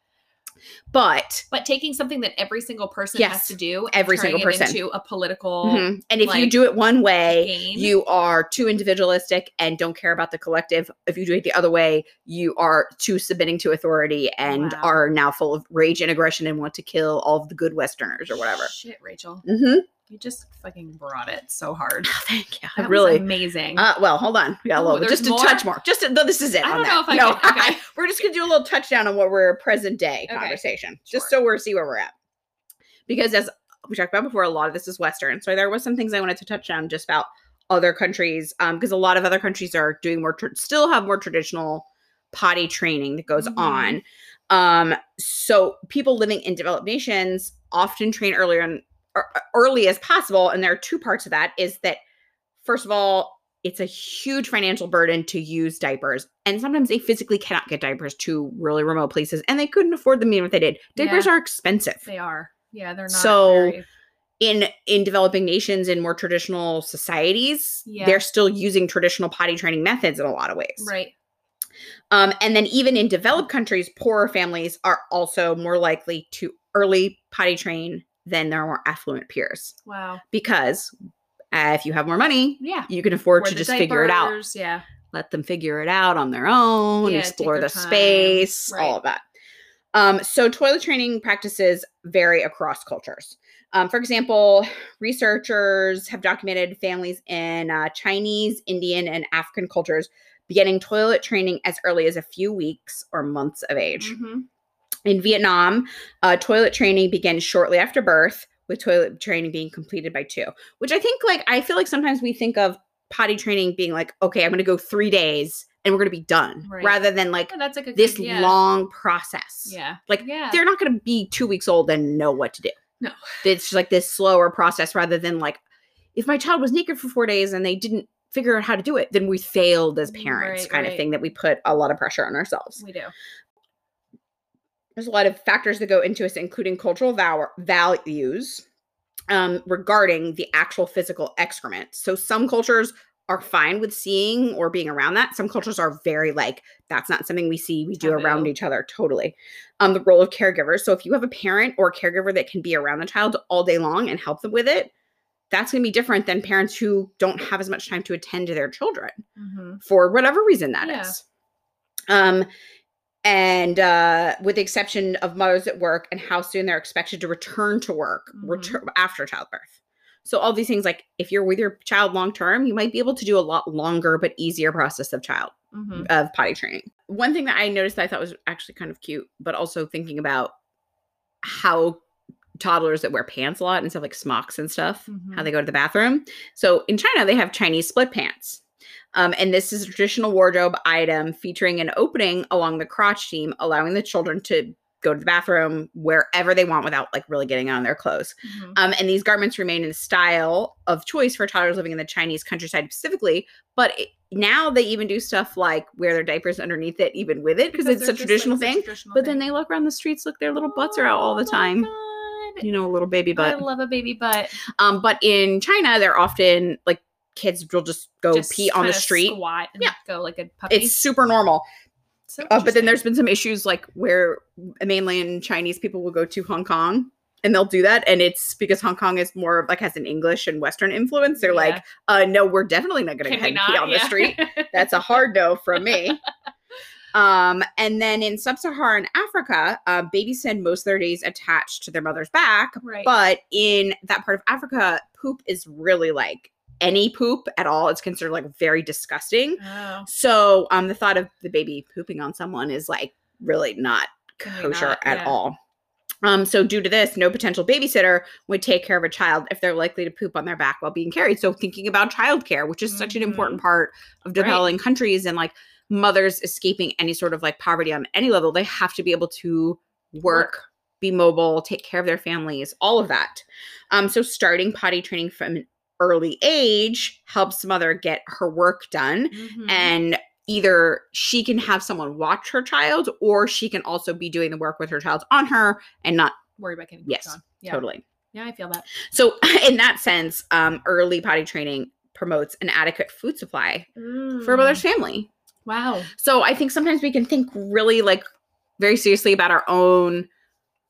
C: But
B: But taking something that every single person has
C: Yes.
B: to do, and
C: Every
B: turning
C: single
B: it
C: person.
B: into a political
C: mhm, and if you
B: like,
C: do it one way,
B: game.
C: you are too individualistic and don't care about the collective. If you do it the other way, you are too submitting to authority and
B: Wow.
C: are now full of rage and aggression and want to kill all of the good Westerners or whatever.
B: Shit, Rachel,
C: Mm-hmm.
B: you just fucking brought it so
C: [sighs]
B: hard.
C: thank you.
B: That was
C: really.
B: amazing.
C: Uh, well, hold on. We got a
B: Ooh,
C: little,
B: there's
C: just a
B: more?
C: touch more. Just a, no, this is it.
B: I
C: on
B: don't know
C: that.
B: if I
C: No,
B: can- okay.
C: [laughs] we're just gonna do a little touchdown on what we're present day
B: Okay,
C: conversation, just
B: sure.
C: so we're see where we're at. Because as we talked about before, a lot of this is Western, so there was some things I wanted to touch on just about other countries, because a lot of other countries are doing more, tr- still have more traditional potty training that goes
B: Mhm.
C: on. Um, so people living in developed nations often train earlier and er- early as possible. And there are two parts of that is that first of all, it's a huge financial burden to use diapers. And sometimes they physically cannot get diapers to really remote places and they couldn't afford them even if they did. Diapers are expensive
B: They are. Yeah, they're not.
C: So-
B: very-
C: in in developing nations in more traditional societies
B: Yeah.
C: they're still using traditional potty training methods in a lot of ways
B: right.
C: um, and then even in developed countries poorer families are also more likely to early potty train than their more affluent peers
B: Wow.
C: because uh, if you have more money
B: Yeah.
C: you can afford
B: Or
C: to
B: the
C: just figure it out
B: diapers, Yeah.
C: let them figure it out on their own,
B: Yeah, take
C: explore
B: their
C: the
B: time.
C: space, all
B: Right.
C: of that. Um, so, toilet training practices vary across cultures. Um, for example, researchers have documented families in uh, Chinese, Indian, and African cultures beginning toilet training as early as a few weeks or months of age.
B: Mhm.
C: In Vietnam, uh, toilet training begins shortly after birth, with toilet training being completed by two. Which I think, like, I feel like sometimes we think of potty training being like, okay, I'm going to go three days and we're going to be done,
B: Right.
C: rather than like
B: Yeah, that's like a good-
C: this
B: yeah.
C: long process.
B: Yeah.
C: like,
B: yeah.
C: They're not going to be two weeks old and know what to do.
B: No.
C: It's just like this slower process rather than like, if my child was naked for four days and they didn't figure out how to do it, then we failed as parents,
B: Mm, Right,
C: kind of
B: right.
C: thing that we put a lot of pressure on ourselves
B: We do.
C: there's a lot of factors that go into us, including cultural vow- values um, regarding the actual physical excrement. So some cultures are fine with seeing or being around that. Some cultures are very like, that's not something we see, we do around
B: Taboo.
C: each other. Totally. Um, the role of caregivers. So if you have a parent or a caregiver that can be around the child all day long and help them with it, that's going to be different than parents who don't have as much time to attend to their children
B: Mm-hmm.
C: for whatever reason that is,
B: Yeah.
C: Um, and uh, with the exception of mothers at work and how soon they're expected to return to work
B: Mhm.
C: retur- after childbirth. So all these things, like if you're with your child long term, you might be able to do a lot longer but easier process of child
B: Mm-hmm.
C: of potty training. One thing that I noticed that I thought was actually kind of cute, but also thinking about how toddlers that wear pants a lot and stuff like smocks and stuff, how
B: Mhm.
C: they go to the bathroom. So in China, they have Chinese split pants. Um, and this is a traditional wardrobe item featuring an opening along the crotch seam, allowing the children to go to the bathroom wherever they want without like really getting on their clothes.
B: hmm
C: Um, and these garments remain in the style of choice for toddlers living in the Chinese countryside specifically. But it, now they even do stuff like wear their diapers underneath it, even with it, because it's a Oh, traditional thing. but then they look around the streets, look, their little butts are out all the time. You know, little baby
B: But Oh I
C: butt.
B: love a baby butt.
C: Um, but in China, they're often like kids will just go
B: Just
C: pee on the
B: kinda
C: street.
B: Squat and
C: Yeah.
B: go like a puppy.
C: It's super normal.
B: So
C: Uh, but then
B: interesting.
C: there's been some issues like where mainland Chinese people will go to Hong Kong and they'll do that. And it's because Hong Kong is more of like has an English and Western influence. They're like, uh, no, we're definitely not going to
B: Can we
C: head pee
B: not?
C: on the
B: Yeah.
C: street. That's a hard no from me. Um, and then in sub Saharan Africa, uh, babies spend most of their days attached to their mother's back.
B: [laughs] right.
C: But in that part of Africa, poop is really like any poop at all. It's considered like very disgusting.
B: Oh,
C: So um the thought of the baby pooping on someone is like really not
B: Really
C: kosher
B: not,
C: at
B: yeah.
C: all. Um so due to this, no potential babysitter would take care of a child if they're likely to poop on their back while being carried. So thinking about childcare, which is such an important
B: Mm.
C: part of developing countries and like mothers escaping any sort of like poverty on any level, they have to be able to work be mobile, take care of their families, all of that. Um, so starting potty training from an early age helps mother get her work done
B: Mhm.
C: and either she can have someone watch her child or she can also be doing the work with her child on her and not
B: worry about getting
C: Yes,
B: yes, on. Yeah.
C: totally
B: Yeah, I feel that.
C: so [laughs] in that sense um, early potty training promotes an adequate food supply
B: Mm-hmm.
C: for a mother's family
B: Mm, Wow.
C: so i think sometimes we can think really like very seriously about our own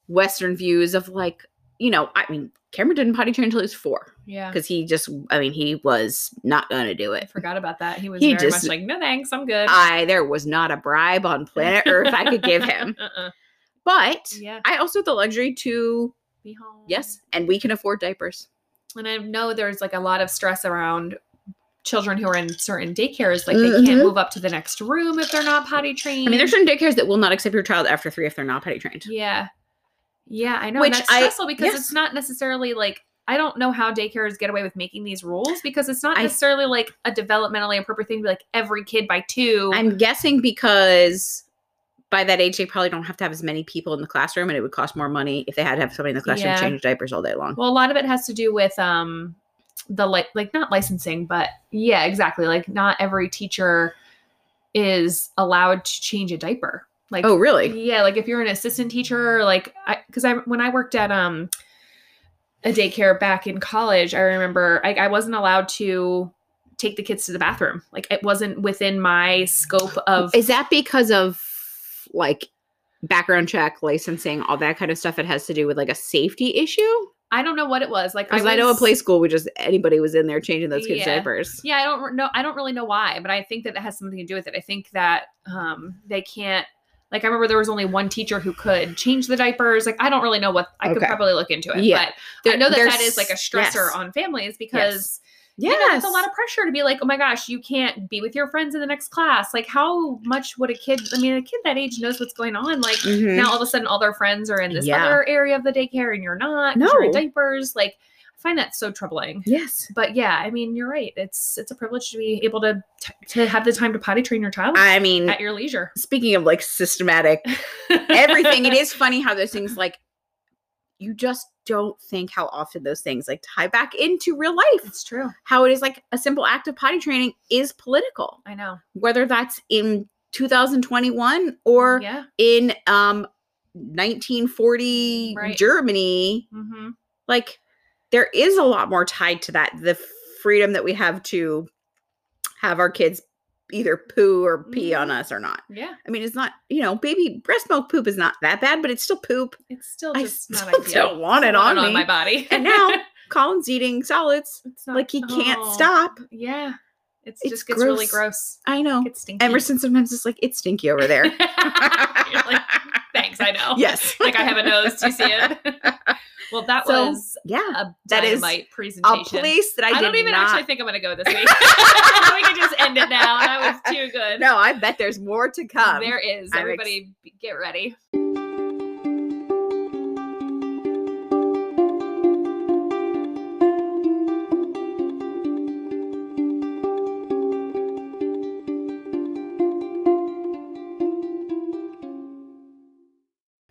C: western views of like you know i mean cameron didn't potty train until he was four
B: Yeah.
C: because he just i mean he was not gonna do
B: I [laughs]
C: it
B: forgot about that. He was
C: He
B: very
C: just-
B: much like, no thanks, I'm good.
C: i there was not a bribe on planet earth i could
B: [laughs]
C: give him
B: Uh-uh.
C: But
B: Yeah.
C: I also have the luxury to,
B: Be home.
C: yes, and we can afford diapers.
B: And I know there's like a lot of stress around children who are in certain daycares. Like they
C: Mhm.
B: can't move up to the next room if they're not potty trained.
C: I mean, there's certain daycares that will not accept your child after three if they're not potty trained.
B: Yeah. Yeah, I know.
C: Which
B: and that's
C: I-
B: stressful because
C: yes.
B: it's not necessarily like I don't know how daycares get away with making these rules because it's not
C: I-
B: necessarily like a developmentally appropriate thing to be like every kid by 2
C: I'm guessing because by that age, they probably don't have to have as many people in the classroom, and it would cost more money if they had to have somebody in the classroom
B: Yeah.
C: change diapers all day long.
B: Well, a lot of it has to do with um the like like not licensing, but yeah, exactly. Like not every teacher is allowed to change a diaper. Like
C: oh, really?
B: yeah, like if you're an assistant teacher, like I because I when I worked at um a daycare back in college, I remember I, I wasn't allowed to take the kids to the bathroom. Like it wasn't within my scope of
C: Is that because of like background check, licensing, all that kind of stuff? It has to do with like a safety issue.
B: I don't know what it was. Like
C: Because I, know a
B: was-
C: play school where just anybody was in there changing those kids'
B: Yeah.
C: diapers.
B: Yeah, I don't re- know. I don't really know why, but I think that it has something to do with it. I think that um, they can't. Like I remember there was only one teacher who could change the diapers. Like I don't really know what I could
C: Okay.
B: probably look into it.
C: Yeah.
B: But I know that
C: There-
B: that is like a
C: there's-
B: stressor
C: yes.
B: on families because
C: Yes.
B: you know, that's a lot of pressure to be like, oh my gosh, you can't be with your friends in the next class. Like how much would a kid? I mean, a kid that age knows what's going on. Like
C: Mhm.
B: now all of a sudden all their friends are in this
C: Yeah.
B: other area of the daycare and you're not. 'cause you're in
C: No.
B: diapers. Like I find that so troubling
C: Yes.
B: but yeah, I mean, you're right. It's it's a privilege to be able to t- to have the time to potty train your child
C: I mean,
B: at your leisure.
C: speaking of like systematic
B: [laughs]
C: everything, it is funny how those things like you just don't think how often those things like tie back into real life.
B: It's true.
C: How it is like a simple act of potty training is political,
B: I know.
C: whether that's in 2021 or
B: yeah.
C: in um 1940
B: Right.
C: Germany.
B: hmm
C: like there is a lot more tied to that the freedom that we have to have our kids either poo or pee on
B: Mhm.
C: us or not
B: Yeah.
C: i mean it's not you know baby breast milk poop is not that bad but it's still poop
B: It's still
C: i
B: just
C: still
B: not ideal.
C: don't want it
B: It's not
C: on, me
B: my body.
C: And now- colin's eating solids
B: [laughs] it's
C: like he can't
B: oh,
C: stop
B: Yeah. It's,
C: It's
B: just gets really gross.
C: i know
B: It's stinky. [laughs]
C: emerson sometimes is like it's stinky over there
B: You're like, Thanks. I
C: [laughs]
B: know.
C: yes
B: Like I have a nose. Do you see
C: [laughs]
B: it? well, that
C: So,
B: was
C: yeah
B: a
C: that is
B: dynamite
C: a
B: presentation.
C: place that i,
B: I,
C: did
B: don't even
C: not
B: actually think I'm gonna go this week. [laughs] we can just end it now. That was too good.
C: no i bet there's more to come
B: there is.
C: Um, I'm ex-
B: Everybody, b- get ready.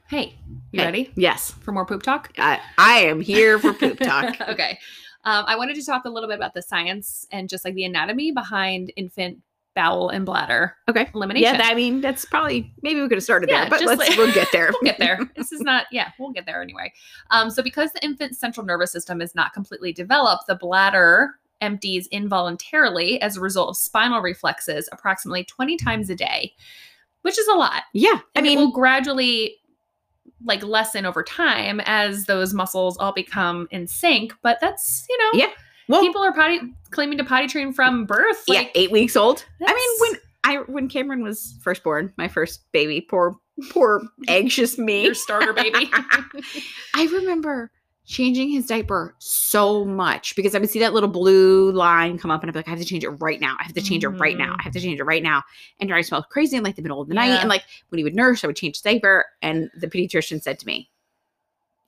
B: Hey, you
C: Hey,
B: ready
C: yes
B: for more poop talk?
C: I, I am here for
B: [laughs]
C: poop talk
B: okay. Um, I wanted to talk a little bit about the science and just like the anatomy behind infant bowel and bladder
C: Okay.
B: elimination.
C: Yeah, that, I mean that's probably maybe we could have started
B: Yeah,
C: there, but
B: just
C: let's
B: like-
C: we'll get there.
B: [laughs] we'll get there. This is not, yeah, we'll get there anyway. Um, so, because the infant's central nervous system is not completely developed, the bladder empties involuntarily as a result of spinal reflexes approximately 20 times a day, which is a lot.
C: [laughs] yeah, I
B: And it will
C: mean,
B: gradually like lessen over time as those muscles all become in sync. But that's, you know,
C: Yeah, well,
B: people are potty claiming to potty train from birth.
C: yeah,
B: Like,
C: eight weeks old. I
B: that's-
C: mean, when I when Cameron was first born, my first baby, poor poor anxious me.
B: your starter
C: [laughs]
B: baby. [laughs]
C: I remember changing his diaper so much because I would see that little blue line come up, and I'd be like, I have to change it right now. I have to change it right now.
B: Mhm.
C: I have to change it right now. And I smelled crazy in like the middle of the night,
B: Yeah.
C: and like when he would nurse, I would change his diaper, and the pediatrician said to me,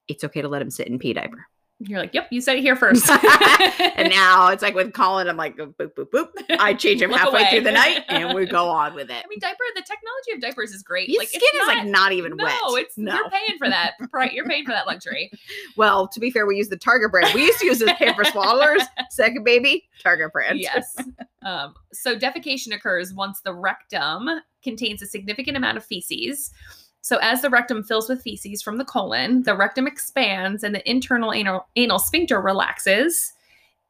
C: "It's okay to let him sit in pee diaper."
B: You're like, yep, you said it here first. [laughs]
C: [laughs] and now it's like with Colin, I'm like boop boop boop. boop. I change him
B: [laughs] Look
C: halfway
B: away.
C: through the night, and we go on with it.
B: I mean, diaper. The technology of diapers is great.
C: His
B: like,
C: skin
B: it's
C: is like
B: not-
C: not even
B: no,
C: wet.
B: it's you're paying for
C: [laughs]
B: that. Right, you're paying for that luxury.
C: Well, to be fair, we use the Target brand. We used to use the
B: [laughs]
C: Pampers Swallowers. Second baby, Target brand.
B: yes. Um, so defecation occurs once the rectum contains a significant amount of feces. So as the rectum fills with feces from the colon, the rectum expands and the internal anal, anal sphincter relaxes.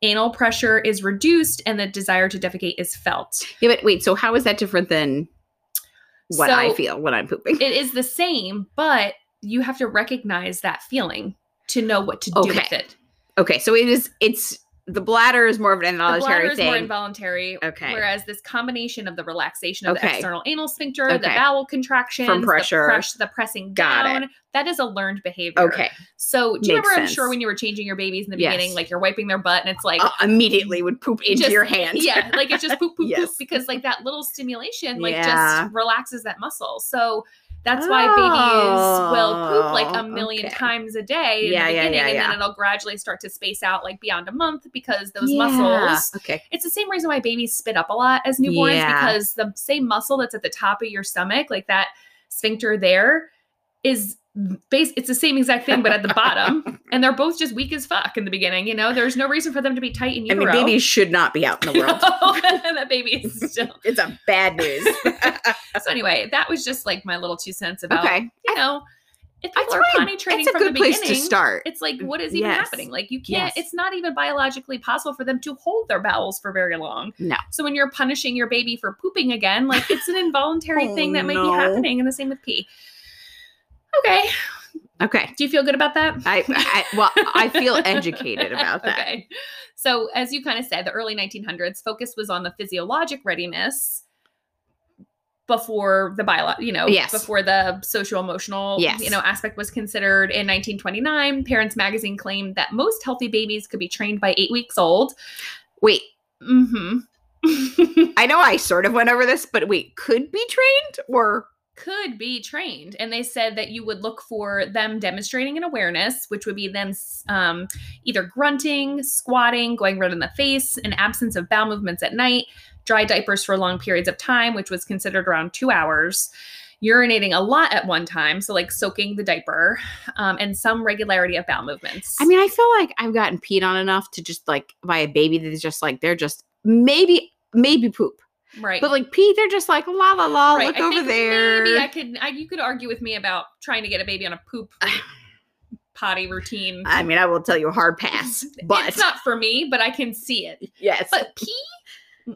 B: Anal pressure is reduced and the desire to defecate is felt.
C: Yeah, but wait. So how is that different than what I
B: So-
C: feel when I'm pooping?
B: it is the same, but you have to recognize that feeling to know what to do
C: Okay.
B: with it.
C: okay, so it is. It's the bladder is more of an
B: The bladder
C: involuntary
B: is
C: thing.
B: more involuntary,
C: Okay.
B: whereas this combination of the relaxation of the
C: Okay.
B: external anal sphincter, the
C: Okay.
B: bowel contractions,
C: pressure.
B: the, press- the pressing
C: Got it.
B: down, that is a learned behavior.
C: okay,
B: So do you
C: Makes
B: remember? I'm
C: sense.
B: sure when you were changing your babies in the
C: Yes.
B: beginning, like you're wiping their butt, and it's
C: [laughs]
B: like.
C: Uh, immediately would poop into
B: Just-
C: your hand.
B: yeah, like it's just poop, poop, poop,
C: Yes.
B: because like that little stimulation, like
C: Yeah.
B: just relaxes that muscle. So that's why babies will poop like a
C: Oh,
B: million
C: okay.
B: times a day in
C: Yeah,
B: the
C: yeah,
B: beginning,
C: yeah,
B: and
C: yeah.
B: then it'll gradually start to space out like beyond a month because those
C: Yeah,
B: muscles.
C: Okay.
B: It's the same reason why babies spit up a lot as newborns
C: Yeah.
B: because the same muscle that's at the top of your stomach, like that sphincter there is base it's the same exact thing but at the
C: [laughs]
B: bottom and they're both just weak as fuck in the beginning you know there's no reason for them to be tight in
C: I
B: utero [laughs]
C: mean, babies should not be out in the world.
B: that baby
C: [laughs]
B: is still
C: It's a bad
B: [laughs]
C: news.
B: so anyway that was just like my little two cents about
C: okay.
B: you know if
C: I-
B: people are
C: it's fine.
B: potty training
C: It's a
B: from
C: good
B: the
C: place
B: beginning
C: to start.
B: it's like what is even
C: Mm, Yes.
B: happening like you can't
C: Yes.
B: it's not even biologically possible for them to hold their bowels for very long
C: No.
B: so when you're punishing your baby for pooping again like it's
C: [laughs]
B: an involuntary
C: Oh,
B: thing that might
C: no.
B: be happening and the same with pee okay
C: Okay.
B: do you feel good about that
C: I, I well,
B: [laughs]
C: I feel educated about that.
B: Okay. So, as you kind of said, the early 1900s focus was on the physiologic readiness before the bio, you know,
C: Yes.
B: before the social emotional,
C: Yes.
B: you know, aspect was considered. In 1929, Parents Magazine claimed that most healthy babies could be trained by eight weeks old.
C: Wait,
B: [laughs] hmm
C: I know I sort of went over this, but wait, could be trained or
B: could be trained. And they said that you would look for them demonstrating an awareness, which would be them s- um, either grunting, squatting, going red in the face, an absence of bowel movements at night, dry diapers for long periods of time, which was considered around two hours, urinating a lot at one time, so like soaking the diaper, um, and some regularity of bowel movements.
C: I mean, I feel like I've gotten peed on enough to just like by a baby that is just like they're just maybe maybe poop,
B: right.
C: but like pee, they're just like la la la.
B: Right,
C: Look
B: I
C: over
B: think
C: there.
B: Maybe I could. I, you could argue with me about trying to get a baby on a
C: [sighs]
B: poop potty routine.
C: I mean, I will tell you a hard pass, but
B: [laughs] it's not for me, but I can see it.
C: [laughs] yes,
B: But pee?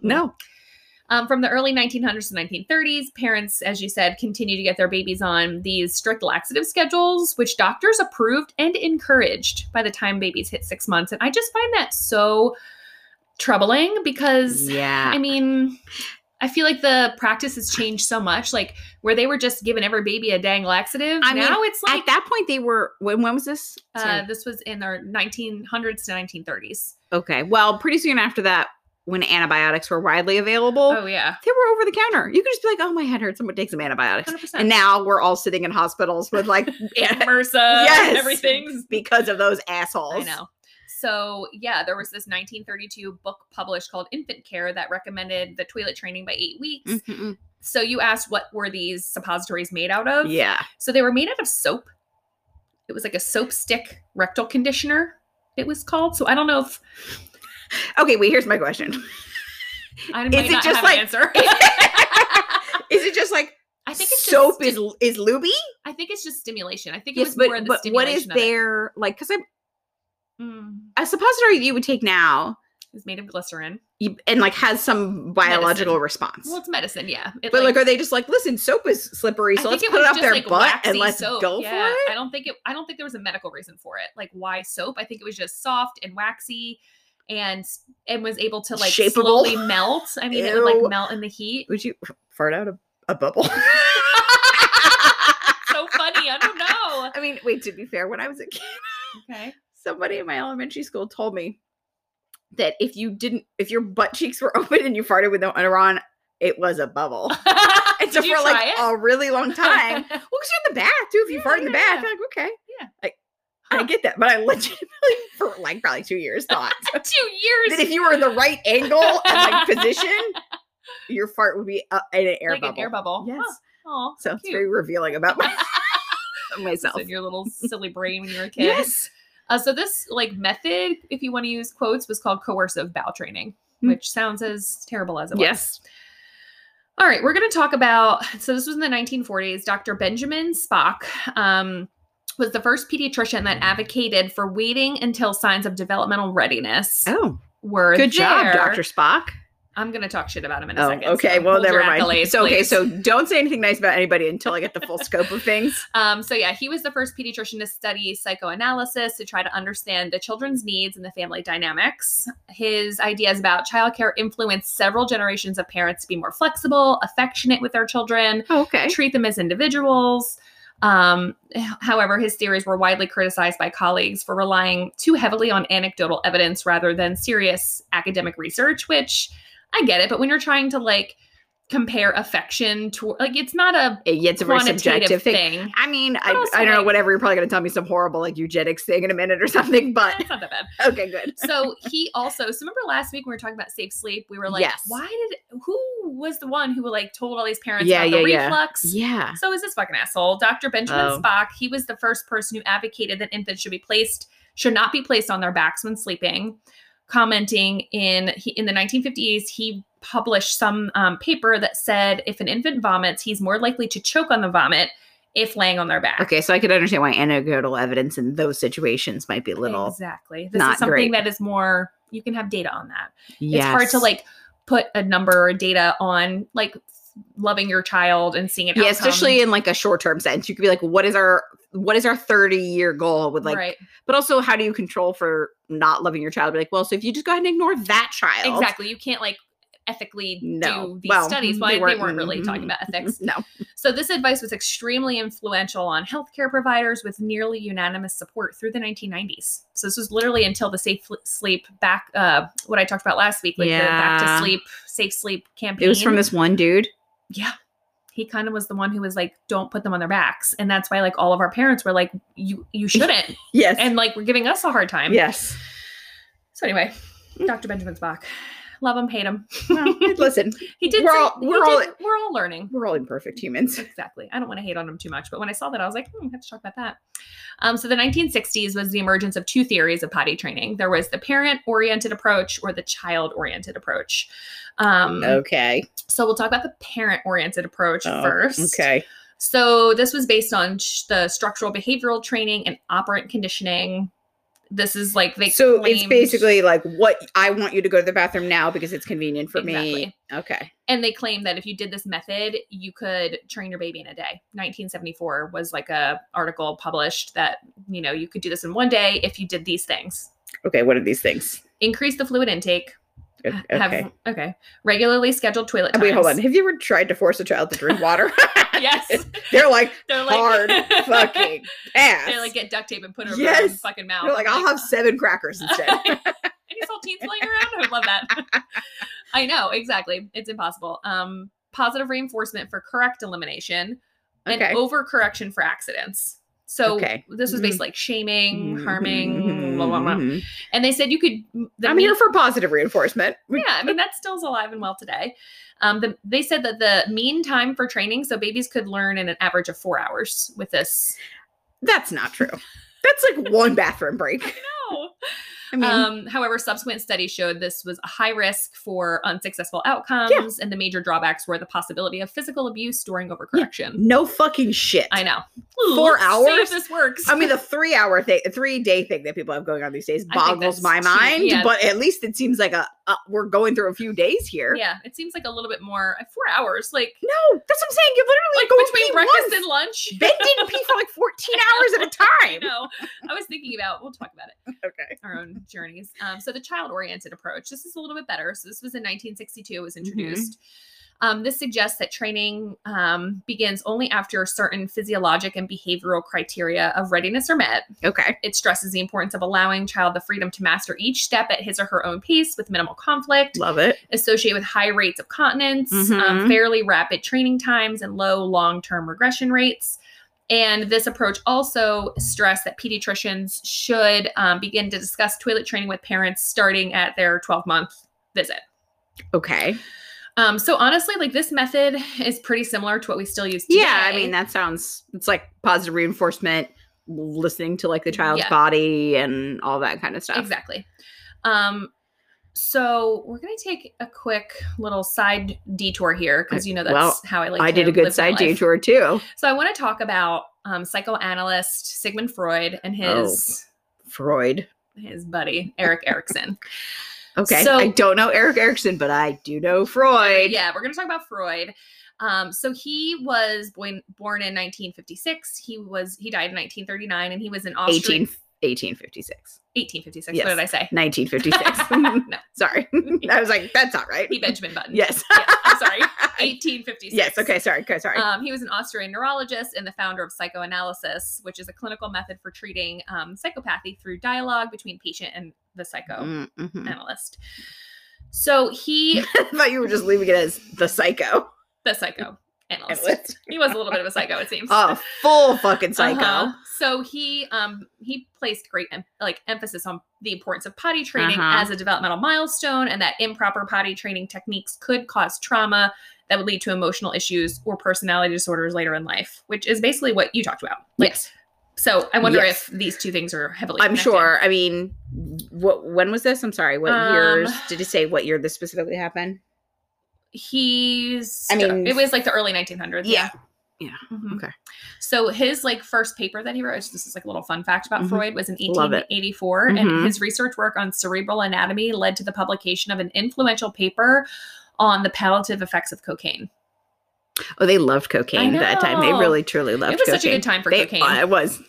C: no,
B: Um, from the early 1900s to 1930s, parents, as you said, continue to get their babies on these strict laxative schedules, which doctors approved and encouraged by the time babies hit six months. And I just find that so troubling because,
C: yeah,
B: I mean, I feel like the practice has changed so much. Like where they were just giving every baby a dang laxative,
C: I mean,
B: now it's like
C: at that point they were when when was this Sorry.
B: uh, this was in their 1900s to 1930s.
C: okay well pretty soon after that when antibiotics were widely available
B: Oh yeah,
C: they were over the counter you could just be like oh my head hurts someone take some antibiotics
B: 100%.
C: and now we're all sitting in hospitals with
B: [laughs]
C: like [laughs]
B: And MRSA,
C: yes
B: everything's
C: because of those assholes
B: I know. So, yeah, there was this 1932 book published called Infant Care that recommended the toilet training by eight weeks.
C: Mhm.
B: So, you asked what were these suppositories made out of?
C: yeah
B: So, they were made out of soap. It was like a soap stick rectal conditioner, it was called. So, I don't know if
C: okay wait here's
B: [laughs]
C: my question
B: I
C: Is
B: might
C: it
B: not
C: just
B: have
C: like-
B: an
C: [laughs]
B: answer.
C: is it just like
B: I think it's
C: soap
B: just,
C: is is looby
B: I think it's just stimulation. I think it
C: yes
B: was
C: but,
B: more the
C: but what is
B: stimulation. of it.
C: there like because i'm
B: Mm.
C: a suppository that you would take now
B: It was made of glycerin.
C: you, and like has some biological
B: Medicine.
C: response
B: Well, it's medicine, yeah. It,
C: But like, are they just like, listen, soap is slippery,
B: I
C: so let's
B: think
C: put it
B: was
C: up
B: just,
C: their
B: like,
C: butt
B: waxy
C: and let's
B: soap.
C: go
B: Yeah,
C: for it?
B: I don't think it. I don't think there was a medical reason for it. Like why soap? I think it was just soft and waxy, and s- and was able to like
C: Shapeable.
B: slowly melt. I mean, it would
C: Ew.
B: like melt in the heat.
C: Would you fart out a,
B: [laughs]
C: a bubble? [laughs]
B: So funny. I don't
C: [laughs]
B: know.
C: I mean, wait. To be fair, when I was a kid,
B: [laughs] Okay.
C: somebody in my elementary school told me that if you didn't, if your butt cheeks were [laughs] open and you farted with no underwear on, it was
B: [laughs]
C: a bubble. And so
B: Did you
C: for like
B: try it?
C: a
B: [laughs]
C: really long time, well, because you're in the bath too. If you
B: Yeah,
C: fart in the
B: yeah,
C: bath,
B: yeah.
C: you're like, okay,
B: Yeah.
C: like I
B: Huh.
C: get that, but I [laughs] legitimately for like probably
B: [laughs]
C: two years thought
B: Two
C: that
B: years.
C: if you were in the right angle and
B: [laughs]
C: like position, your fart would be uh, in an air
B: like
C: bubble.
B: an air bubble.
C: Yes.
B: Oh.
C: So it's very revealing
B: [laughs]
C: about my- [laughs] myself.
B: your little silly brain when you were
C: [laughs]
B: a kid.
C: Yes.
B: Uh, so this like method, if you want to use quotes, was called coercive bowel training,
C: Hmm.
B: which sounds as terrible as it was.
C: Yes.
B: All right, we're going to talk about. So this was in the 1940s. Dr. Benjamin Spock um, was the first pediatrician that advocated for waiting until signs of developmental readiness
C: Oh,
B: were
C: good job,
B: there.
C: Dr. Spock.
B: I'm going to talk shit about him in a
C: Oh,
B: second.
C: okay.
B: so
C: well,
B: hold
C: never
B: your
C: mind.
B: accolades,
C: so, okay.
B: please.
C: So don't say anything nice about anybody until I get the full scope
B: [laughs]
C: of things.
B: Um, so yeah, he was the first pediatrician to study psychoanalysis to try to understand the children's needs and the family dynamics. His ideas about childcare influenced several generations of parents to be more flexible, affectionate with their children,
C: Oh, okay.
B: treat them as individuals. Um, h- however, his theories were widely criticized by colleagues for relying too heavily on anecdotal evidence rather than serious academic research, which I get it, but when you're trying to like compare affection to like it's not a
C: It- yeah, it's a very
B: quantitative
C: subjective thing.
B: thing.
C: I mean, I,
B: also,
C: I don't know,
B: like-
C: whatever. You're probably going to tell me some horrible, like, eugenics thing in a minute or [laughs] something,
B: Eh, [laughs]
C: but
B: it's not that bad.
C: okay, good.
B: So he also, so remember last week when we were talking about safe sleep, we were like,
C: Yes.
B: why did who was the one who like told all these parents
C: Yeah,
B: about the
C: yeah, yeah.
B: reflux?
C: Yeah.
B: So is this fucking asshole, Dr. Benjamin
C: Oh.
B: Spock? He was the first person who advocated that infants should be placed should not be placed on their backs when sleeping. Commenting in he, in the 1950s, he published some um, paper that said if an infant vomits, he's more likely to choke on the vomit if laying on their back.
C: Okay, so I could understand why anecdotal evidence in those situations might be a little.
B: exactly. This
C: not
B: is something
C: great.
B: that is more you can have data on that.
C: Yes.
B: It's hard to like put a number or data on like loving your child and seeing it.
C: Yeah, especially in like a short term sense. You could be like, what is our what is our 30 year goal with like
B: right.
C: but also how do you control for not loving your child? Be like, well, so if you just go ahead and ignore that child.
B: Exactly. You can't like ethically
C: No.
B: do these
C: Well,
B: studies.
C: mm,
B: Well,
C: they
B: they, weren't,
C: weren't-
B: really talking
C: mm,
B: about
C: [laughs]
B: ethics.
C: No.
B: So this advice was extremely influential on healthcare providers with nearly unanimous support through the 1990s. So this was literally until the safe Fl- sleep back uh what I talked about last week like the back to
C: Yeah.
B: sleep safe sleep campaign.
C: It was from this one dude.
B: yeah. He kind of was the one who was like don't put them on their backs and that's why like all of our parents were like you you
C: [laughs]
B: shouldn't
C: Yes.
B: and like we're giving us a hard time.
C: yes.
B: [laughs] So anyway, Dr. Benjamin's back. Love him, hate him.
C: Mm. [laughs] Well, listen,
B: [laughs] He did.
C: We're
B: say-
C: all-
B: he
C: we're all-
B: did- we're all learning.
C: we're all imperfect humans.
B: Exactly. I don't want to hate on him too much, but when I saw that, I was like, hmm, we have to talk about that. Um, so the 1960s was the emergence of two theories of potty training. There was the parent-oriented approach or the child-oriented approach. Um,
C: Okay.
B: So we'll talk about the parent-oriented approach
C: Oh,
B: first.
C: Okay.
B: So this was based on sh- the structural behavioral training and operant conditioning. This is like they
C: so it's
B: claimed-
C: basically like what I want you to go to the bathroom now because it's convenient for me.
B: Exactly.
C: Okay.
B: and they claim that if you did this method you could train your baby in a day 1974 was like a article published that you know you could do this in one day if you did these things
C: Okay. What are these things?
B: increase the fluid intake
C: O-
B: ha-
C: Okay.
B: have okay regularly scheduled toilet
C: And
B: times.
C: Wait, hold on. Have you ever tried to force a child to drink water? [laughs]
B: [laughs] yes
C: They're like
B: [laughs] they're like
C: hard fucking ass.
B: they like get duct tape and put it over
C: Yes.
B: yes. fucking mouth
C: They're like,
B: I'm
C: I'll have seven crackers instead.
B: Any saltines laying around? I would love that. [laughs] I know, exactly. It's impossible. Um, positive reinforcement for correct elimination and
C: Okay.
B: overcorrection for accidents. So
C: Okay. Mm-hmm.
B: this was based like shaming, [laughs] harming, blah, blah, blah.
C: Mhm.
B: And they said you could. the
C: I'm
B: meat-
C: here for positive reinforcement.
B: yeah, I mean that still's alive and well today. Um, the, they said that the mean time for training, so babies could learn in an average of four hours with this.
C: That's not true. That's like one bathroom break.
B: No,
C: I mean,
B: um, however, subsequent studies showed this was a high risk for unsuccessful outcomes, and the major drawbacks were the possibility of physical abuse during overcorrection.
C: no fucking shit.
B: I know.
C: Four
B: Let's see if
C: hours?
B: this works.
C: I mean, the three hour thing, three day thing that people have going on these days
B: I think
C: boggles
B: that's
C: my
B: too-
C: mind.
B: yeah.
C: But at least it seems like a, a we're going through a few days here.
B: yeah, it seems like a little bit more. uh, Four hours, like
C: No, that's what I'm saying. You literally
B: like
C: go
B: between
C: pee
B: breakfast
C: once.
B: and lunch.
C: [laughs] Ben didn't pee for like 14 hours at
B: [laughs] I
C: a time.
B: know. I was thinking about. We'll talk about it.
C: Okay.
B: Our own journeys. Um, so the child-oriented approach. This is a little bit better. So this was in 1962. It was introduced. Um, this suggests that training um, begins only after certain physiologic and behavioral criteria of readiness are met.
C: Okay.
B: It stresses the importance of allowing child the freedom to master each step at his or her own pace with minimal conflict,
C: Love it.
B: associated with high rates of continence, um,
C: Mhm.
B: fairly rapid training times, and low long term regression rates. And this approach also stressed that pediatricians should um, begin to discuss toilet training with parents starting at their 12 month visit.
C: Okay.
B: Um, so honestly, like this method is pretty similar to what we still use today.
C: Yeah, I mean that sounds it's like positive reinforcement, listening to like the child's
B: Yeah.
C: body and all that kind of stuff.
B: exactly. Um, so we're gonna take a quick little side detour here because you know that's
C: Well,
B: how I like.
C: I
B: to
C: did a good
B: live my
C: side
B: life.
C: detour too.
B: So I want to talk about um, psychoanalyst Sigmund Freud and
C: Oh.
B: his
C: Freud.
B: his buddy Eric
C: [laughs]
B: Erickson.
C: Okay.
B: So-
C: I don't know Eric Erickson, but I do know Freud.
B: yeah, we're gonna talk about Freud. Um, so he was born born in 1956. He was he died in 1939, and he was an Austrian
C: 18, 1856.
B: 1856.
C: Yes.
B: What did I
C: [laughs]
B: say? [laughs]
C: 1956.
B: no,
C: sorry. I was like, that's not right.
B: he Benjamin Button. [laughs]
C: Yes.
B: Yeah, I'm
C: [laughs]
B: sorry. 1856.
C: yes. Okay. Sorry. Okay. Sorry.
B: Um, he was an Austrian neurologist and the founder of psychoanalysis, which is a clinical method for treating um, psychopathy through dialogue between patient and the psychoanalyst.
C: [laughs] Mm, mhm.
B: So he, [laughs]
C: I thought you were just leaving it as the psycho. [laughs]
B: the psycho analyst.
C: Analyst.
B: He was a little bit of a psycho, it seems.
C: [laughs] Oh, full fucking psycho.
B: Uh-huh. So he um he placed great em- like emphasis on the importance of potty training
C: Uh-huh.
B: as a developmental milestone and that improper potty training techniques could cause trauma that would lead to emotional issues or personality disorders later in life, which is basically what you talked about. Like,
C: Yes.
B: So I wonder
C: Yes.
B: if these two things are heavily
C: I'm
B: connected.
C: sure. I mean, what when was this? I'm sorry. What
B: Um,
C: years did it say what year this specifically happened?
B: He's
C: I mean-
B: it was like the early 1900s.
C: Yeah. Yeah.
B: Mhm.
C: Okay.
B: So his like first paper that he wrote, this is like a little fun fact about
C: Mhm.
B: Freud, was in
C: Love it.
B: 1884,
C: Mhm.
B: and his research work on cerebral anatomy led to the publication of an influential paper on the palliative effects of cocaine.
C: Oh, they loved cocaine at that time. They
B: know.
C: really truly loved
B: it was
C: cocaine.
B: such a good time for
C: They-
B: cocaine.
C: uh,
B: [laughs]
C: it was.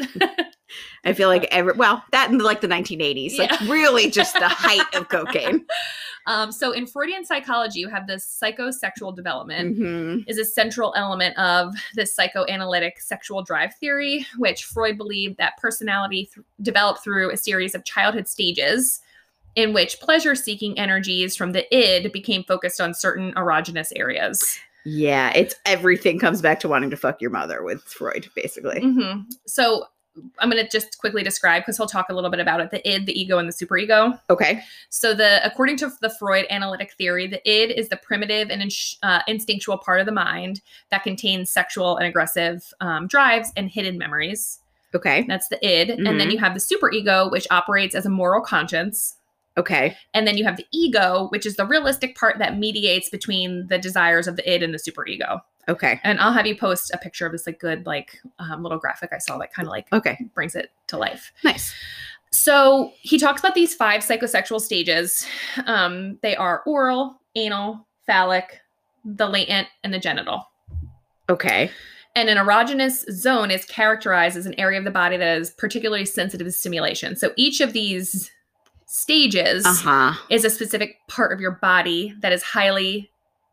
C: I feel like every well, that in like the 1980s, like really just the height of cocaine.
B: [laughs] Um, so in Freudian psychology, you have this psychosexual development.
C: Mhm.
B: Is a central element of this psychoanalytic sexual drive theory, which Freud believed that personality th- developed through a series of childhood stages in which pleasure seeking energies from the id became focused on certain erogenous areas.
C: Yeah, it's everything comes back to wanting to fuck your mother with Freud, basically.
B: Mhm. So I'm going to just quickly describe because he'll talk a little bit about it the id, the ego, and the superego.
C: Okay.
B: So the according to the Freud analytic theory, the id is the primitive and ins- uh, instinctual part of the mind that contains sexual and aggressive um, drives and hidden memories.
C: Okay.
B: That's the id, and then
C: Mhm.
B: you have the superego, which operates as a moral conscience.
C: Okay.
B: And then you have the ego, which is the realistic part that mediates between the desires of the id and the superego.
C: Okay.
B: And I'll have you post a picture of this like good like um, little graphic I saw that kind of like
C: Okay.
B: brings it to life.
C: Nice.
B: So he talks about these five psychosexual stages. Um, they are oral, anal, phallic, the latent, and the genital.
C: Okay.
B: And an erogenous zone is characterized as an area of the body that is particularly sensitive to stimulation. So each of these stages
C: Uh-huh.
B: is a specific part of your body that is highly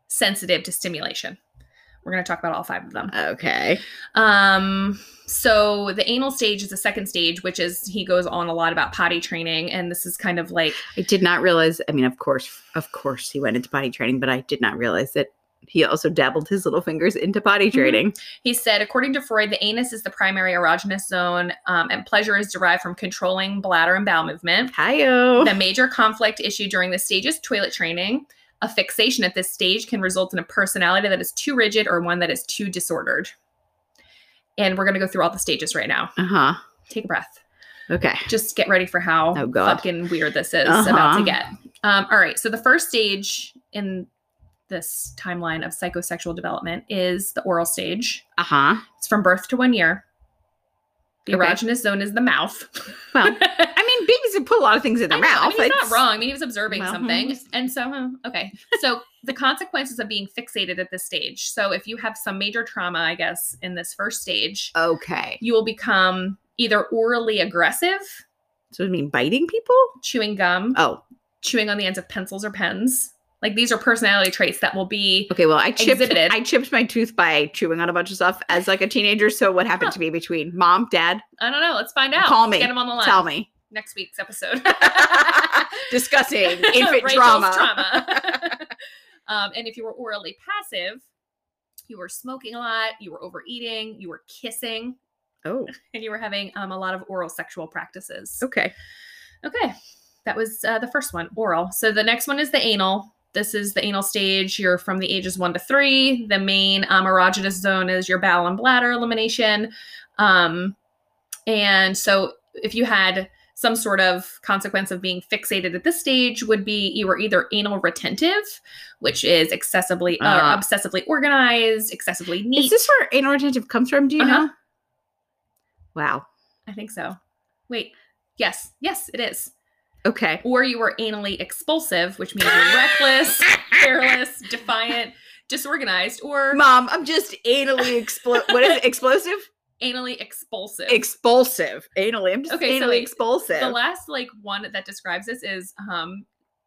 B: sensitive to stimulation. We're going to talk about all five of them.
C: Okay.
B: Um, so the anal stage is the second stage, which is he goes on a lot about potty training, and this is kind of like
C: I did not realize. I mean, of course, of course, he went into potty training, but I did not realize that he also dabbled his little fingers into potty
B: Mhm.
C: training.
B: he said, according to Freud, the anus is the primary erogenous zone, um, and pleasure is derived from controlling bladder and bowel movement.
C: Hiyo.
B: The major conflict issue during this stage is toilet training. A fixation at this stage can result in a personality that is too rigid or one that is too disordered. And we're going to go through all the stages right now.
C: Uh huh.
B: Take a breath.
C: Okay.
B: just get ready for how
C: Oh, God.
B: fucking weird this is about
C: Uh-huh.
B: to get. Um, all right. So the first stage in this timeline of psychosexual development is the oral stage.
C: Uh huh.
B: It's from birth to one year. The
C: Okay.
B: erogenous zone is the mouth.
C: Well,
B: [laughs] I
C: I mean, babies put a lot of things in their
B: know, I
C: mouth.
B: mean, he's not
C: It's-
B: wrong. I mean, he was observing
C: Well,
B: something,
C: hmm.
B: and so hmm,
C: [laughs]
B: okay. So the consequences of being fixated at this stage. So if you have some major trauma, I guess, in this first stage,
C: Okay.
B: you will become either orally aggressive,
C: So I mean, biting people.
B: chewing gum,
C: Oh,
B: chewing on the ends of pencils or pens. Like these are personality traits that will be
C: okay. Well, I chipped.
B: Exhibited.
C: I chipped my tooth by chewing on a bunch of stuff as like a teenager. So what happened to me between mom, dad?
B: I don't know. Let's find out.
C: Call me.
B: Get him on the line.
C: Tell me.
B: Next week's
C: [laughs]
B: episode. [laughs]
C: Discussing infant
B: Rachel's
C: trauma.
B: trauma. [laughs] um, and if you were orally passive, you were smoking a lot, you were overeating, you were kissing,
C: Oh,
B: and you were having um, a lot of oral sexual practices.
C: okay.
B: Okay. That was uh, the first one, oral. So the next one is the anal. This is the anal stage. You're from the ages one to three. The main um, erogenous zone is your bowel and bladder elimination. Um, and so if you had some sort of consequence of being fixated at this stage would be you were either anal retentive, which is excessively
C: Ah.
B: uh, obsessively organized, excessively
C: Is
B: neat.
C: this where anal retentive comes from? Do you
B: Uh-huh.
C: know? Wow.
B: I think so. Wait. Yes. Yes, it is.
C: Okay.
B: or you were anally expulsive, which means you're reckless, careless, defiant, disorganized, or
C: Mom, I'm just anally explo-
B: [laughs]
C: what is it? Explosive?
B: anally expulsive.
C: Expulsive. Anally. I'm just
B: Okay,
C: anally
B: so like,
C: expulsive.
B: the last like one that describes this is um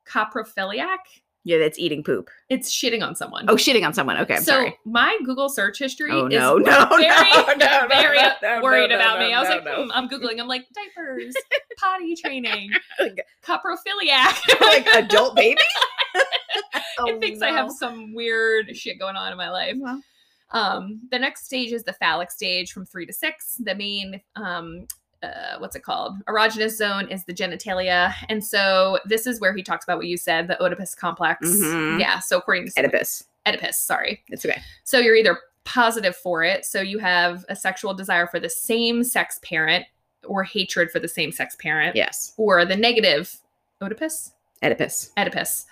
B: coprophiliac.
C: yeah, that's eating poop.
B: It's shitting on someone.
C: Oh, shitting on someone. Okay, I'm
B: so
C: sorry. [laughs]
B: my Google search history
C: Oh
B: is
C: no, [laughs] no,
B: very,
C: no, no, no,
B: very
C: no, no,
B: worried
C: no,
B: about
C: no,
B: me. I was
C: no,
B: like,
C: no.
B: "Mm, I'm googling. I'm like
C: [laughs]
B: diapers, potty training,
C: Like-
B: coprophiliac. [laughs]
C: like adult baby.
B: it thinks I have some weird shit going on in my life.
C: Well,
B: Um, the next stage is the phallic stage from three to six. The main, um, uh, what's it called? Erogenous zone is the genitalia. And so this is where he talks about what you said, the Oedipus complex.
C: Mhm.
B: Yeah. So according to
C: Oedipus.
B: Oedipus, sorry.
C: It's okay.
B: So you're either positive for it, so you have a sexual desire for the same sex parent or hatred for the same sex parent,
C: Yes.
B: or the negative Oedipus,
C: Oedipus.
B: Oedipus,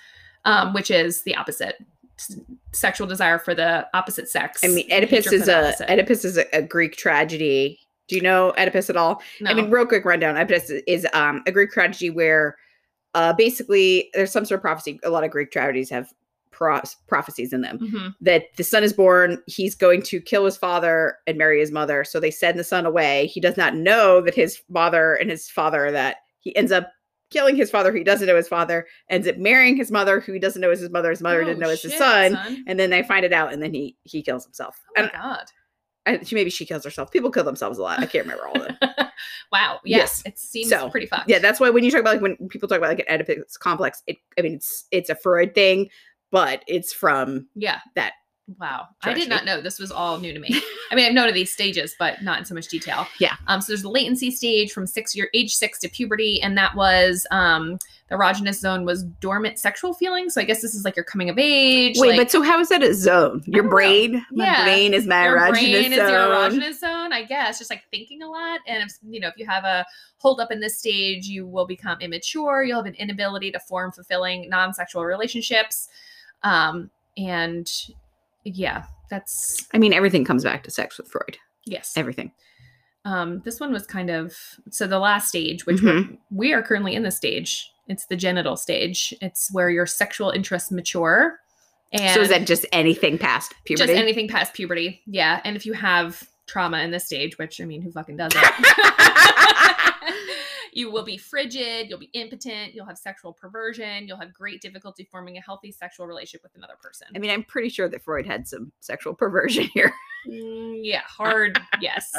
B: um, which is the opposite s- sexual desire for the opposite sex.
C: I mean, Oedipus
B: hatred for
C: is
B: the
C: a
B: opposite.
C: Oedipus is a, a Greek tragedy. Do you know Oedipus at all?
B: No.
C: I mean, real quick rundown. Oedipus is um, a Greek tragedy where uh, basically there's some sort of prophecy. A lot of Greek tragedies have pro- prophecies in them
B: Mhm.
C: that the son is born. He's going to kill his father and marry his mother. So they send the son away. He does not know that his father and his father are that he ends up killing his father who he doesn't know his father ends up marrying his mother who he doesn't know is his mother his mother didn't
B: Oh,
C: know is his
B: shit,
C: son,
B: son.
C: and then they find it out and then he he kills himself
B: Oh my
C: and
B: god!
C: I, she maybe she kills herself people kill themselves a lot i can't remember all of them
B: [laughs] wow.
C: Yes.
B: Yes, it seems
C: So,
B: pretty fucked.
C: yeah that's why when you talk about like when people talk about like an oedipus complex it i mean it's it's a freud thing but it's from
B: yeah.
C: that
B: Wow. I did
C: tragedy.
B: not know this was all new to
C: [laughs]
B: me. I mean, I've known of these stages, but not in so much detail.
C: Yeah.
B: Um, so there's the latency stage from six year age six to puberty, and that was um the erogenous zone was dormant sexual feelings. So I guess this is like your coming of age.
C: wait
B: like,
C: but so how is that a zone your
B: don't know.
C: brain my
B: Yeah.
C: brain is my
B: your
C: erogenous
B: brain is your
C: zone
B: erogenous zone, I guess. Just like thinking a lot, and if you know if you have a hold up in this stage, you will become immature. You'll have an inability to form fulfilling non sexual relationships, um, and yeah, that's
C: i mean everything comes back to sex with freud
B: yes.
C: everything
B: Um, this one was kind of so the last stage, which
C: Mm-hmm.
B: we're, we are currently in the stage. It's the genital stage. It's where your sexual interests mature, and
C: so is that just anything past puberty
B: just anything past puberty. Yeah, and if you have trauma in this stage, which I mean, who fucking does it? you will be frigid. You'll be impotent. You'll have sexual perversion. You'll have great difficulty forming a healthy sexual relationship with another person.
C: i mean i'm pretty sure that freud had some sexual perversion [laughs] here
B: Mm, yeah, hard yes.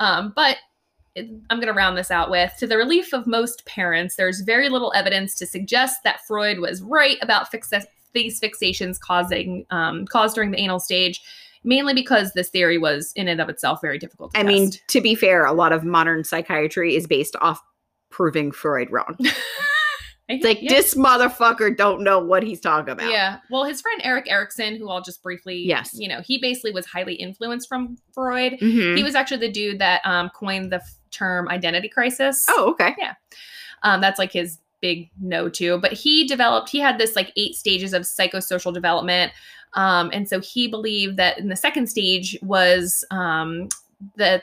B: Um, but it- I'm going to round this out with to the relief of most parents, there's very little evidence to suggest that Freud was right about fix- these fixations causing um, caused during the anal stage, mainly because this theory was in and of itself very difficult. To
C: i mean
B: test.
C: to be fair a lot of modern psychiatry is based off proving freud wrong
B: I-
C: It's like
B: yeah.
C: this motherfucker don't know what he's talking about.
B: Yeah. Well, his friend Eric Erickson, who I'll just briefly,
C: Yes.
B: you know, he basically was highly influenced from Freud.
C: Mhm.
B: He was actually the dude that um, coined the f- term identity crisis.
C: Oh, okay.
B: Um, that's like his big no to. But he developed, he had this like eight stages of psychosocial development. Um, and so he believed that in the second stage was um, the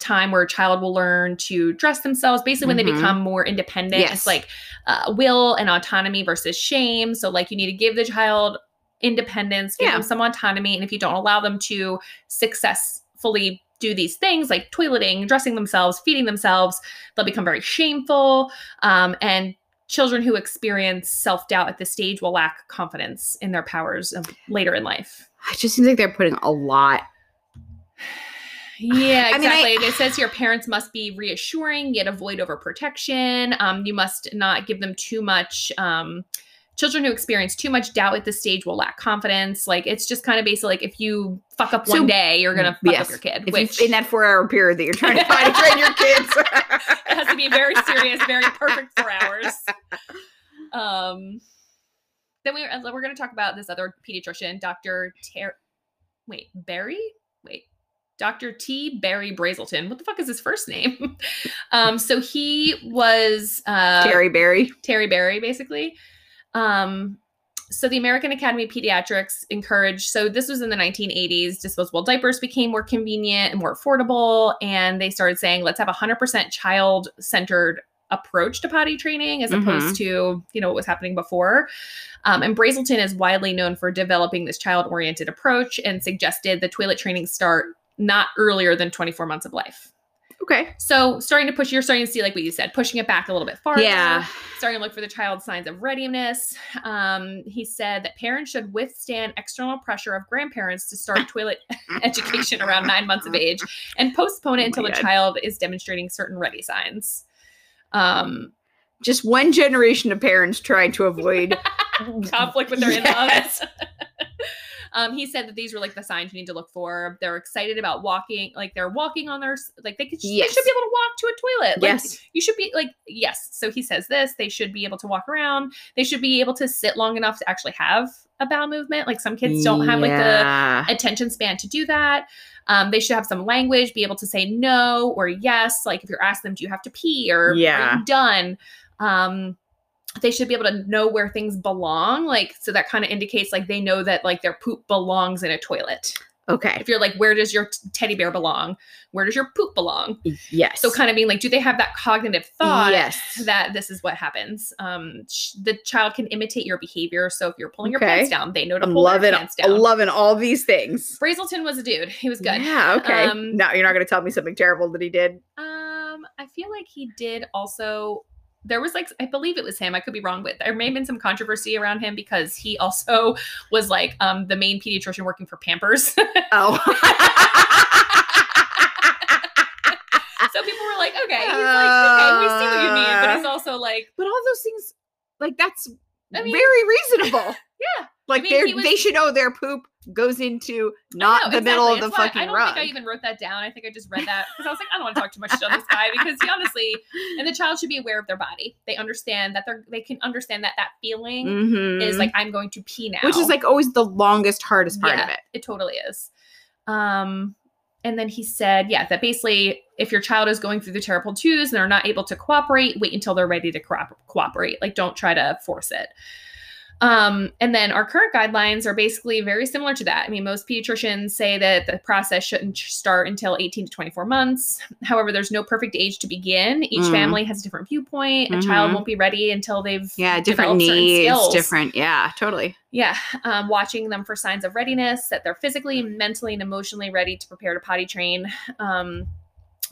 B: time where a child will learn to dress themselves basically when they
C: Mhm.
B: become more independent
C: Yes.
B: it's like uh, will and autonomy versus shame so like you need to give the child independence give
C: Yeah.
B: them some autonomy and if you don't allow them to successfully do these things like toileting dressing themselves feeding themselves they'll become very shameful um, and children who experience self-doubt at this stage will lack confidence in their powers of later in life
C: It just seems like they're putting a lot.
B: yeah
C: I mean, I-
B: exactly it says here parents must be reassuring yet avoid overprotection um, you must not give them too much um, children who experience too much doubt at this stage will lack confidence like it's just kind of basically like if you fuck up
C: So-
B: one day you're gonna fuck
C: Yes.
B: up your kid
C: If
B: which
C: you, in that four-hour period that you're trying to find to train your
B: [laughs]
C: kids, [laughs]
B: it has to be very serious, very perfect for hours. Um, then we uh, we're going to talk about this other pediatrician, Doctor Ter- Wait Barry. Wait. Dr. T. Barry Brazelton. What the fuck is his first name? [laughs] um, so he was uh,
C: Terry Berry.
B: Terry Berry, basically. Um, so the American Academy of Pediatrics encouraged. So this was in the 1980s. Disposable diapers became more convenient and more affordable, and they started saying, "Let's have a 100% child-centered approach to potty training, as opposed to you know what was happening before." Um, and Brazelton is widely known for developing this child-oriented approach and suggested the toilet training start not earlier than 24 months of life.
C: Okay.
B: So starting to push, you're starting to see like what you said, pushing it back a little bit farther
C: Yeah.
B: starting to look for the child's signs of readiness. Um, he said that parents should withstand external pressure of grandparents to start toilet [laughs] education around nine months of age and postpone it
C: Oh my
B: until the
C: God.
B: child is demonstrating certain ready signs. Um,
C: Just one generation of parents trying to avoid [laughs]
B: conflict with their
C: Yes.
B: in-laws. [laughs] um, he said that these were like the signs you need to look for. They're excited about walking, like they're walking on their s- like they could
C: Yes.
B: they should be able to walk to a toilet. Like,
C: yes.
B: you should be like yes. So he says this. They should be able to walk around. They should be able to sit long enough to actually have a bowel movement. Like some [laughs] kids don't have like the
C: Yeah.
B: attention span to do that. Um, they should have some language, be able to say no or yes. Like if you're asking them, do you have to pee or are
C: Yeah.
B: you done? Um, they should be able to know where things belong. Like, so that kind of indicates like they know that like their poop belongs in a toilet.
C: Okay.
B: If you're like, where does your t- teddy bear belong? Where does your poop belong?
C: Yes.
B: So kind of being like, do they have that cognitive thought?
C: Yes.
B: That this is what happens. Um, sh- the child can imitate your behavior. So if you're pulling your
C: Okay.
B: pants down, they know to
C: I'm
B: pull
C: loving,
B: their pants
C: I'm
B: down.
C: loving all these things.
B: Brazelton was a dude. He was good.
C: Yeah. Okay.
B: Um,
C: no, you're not going to tell me something terrible that
B: [laughs]
C: he did.
B: Um, I feel like he did also. There was like, I believe it was him. I could be wrong, but there may have been some controversy around him because he also [laughs] was like um, the main pediatrician working for Pampers. [laughs] so
C: Oh. [laughs]
B: people were like, okay, he's like, okay, we see what you mean,
C: Uh.
B: but he's also like,
C: but all those things, like that's
B: I mean-
C: very reasonable.
B: [laughs] yeah,
C: Like
B: mean,
C: they're
B: he was-
C: they should know their poop goes into
B: no,
C: not the middle of
B: exactly.
C: the
B: That's why
C: fucking
B: I don't
C: rug.
B: think I even wrote that down. I think I just read that because I was like, I don't want to talk too much shit on this guy because he honestly, and the child should be aware of their body. They understand that they're they can understand that that feeling is
C: Mhm.
B: like I'm going to pee now,
C: which is like always the longest, hardest part of
B: Yeah.
C: it.
B: It totally is. Um, and then he said, yeah, that basically, if your child is going through the terrible twos and they're not able to cooperate, wait until they're ready to coop- cooperate. Like, don't try to force it. Um, and then our current guidelines are basically very similar to that. I mean, most pediatricians say that the process shouldn't start until 18 to 24 months. However, there's no perfect age to begin. Each
C: Mm.
B: family has a different viewpoint. A child
C: Mhm.
B: won't be ready until they've
C: Yeah, different
B: developed certain
C: needs,
B: skills.
C: different. Yeah, totally.
B: Yeah, um, watching them for signs of readiness, that they're physically, mentally, and emotionally ready to prepare to potty train. Um,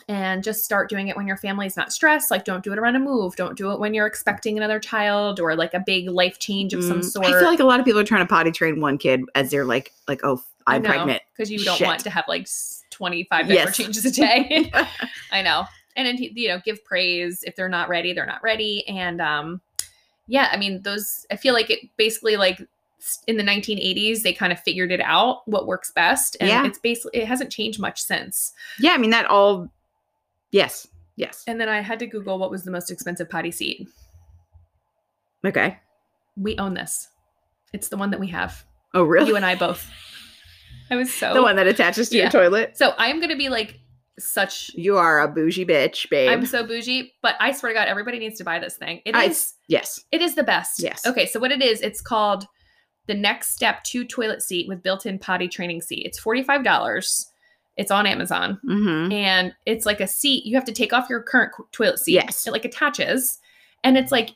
B: and just start doing it when your family's not stressed. Like, don't do it around a move. Don't do it when you're expecting another child or like a big life change of some
C: Mm.
B: sort.
C: I feel like a lot of people are trying to potty train one kid as they're like, like, oh, I'm pregnant.
B: because you don't
C: Shit.
B: want to have like s- 25 diaper
C: Yes.
B: changes a
C: [laughs]
B: day. [laughs] I know. And then, you know, give praise if they're not ready, they're not ready. And um, yeah, I mean, those, I feel like it basically like s- in the 1980s, they kind of figured it out what works best. And
C: Yeah.
B: it's basically, it hasn't changed much since.
C: Yeah, I mean that all. Yes, yes.
B: And then I had to Google what was the most expensive potty seat.
C: Okay.
B: We own this. It's the one that we have.
C: Oh, really?
B: You and I
C: [laughs]
B: both. I was so.
C: the one that attaches to
B: Yeah.
C: your toilet.
B: so I'm going to be like such
C: You are a bougie bitch, babe.
B: I'm so bougie, but I swear to God, everybody needs to buy this thing. It
C: I-
B: is
C: yes.
B: it is the best.
C: Yes.
B: Okay, so what it is, it's called the next step two toilet seat with built-in potty training seat. It's $45. It's on Amazon.
C: Mm-hmm.
B: And it's like a seat. You have to take off your current qu- toilet seat.
C: Yes.
B: It like attaches. And it's like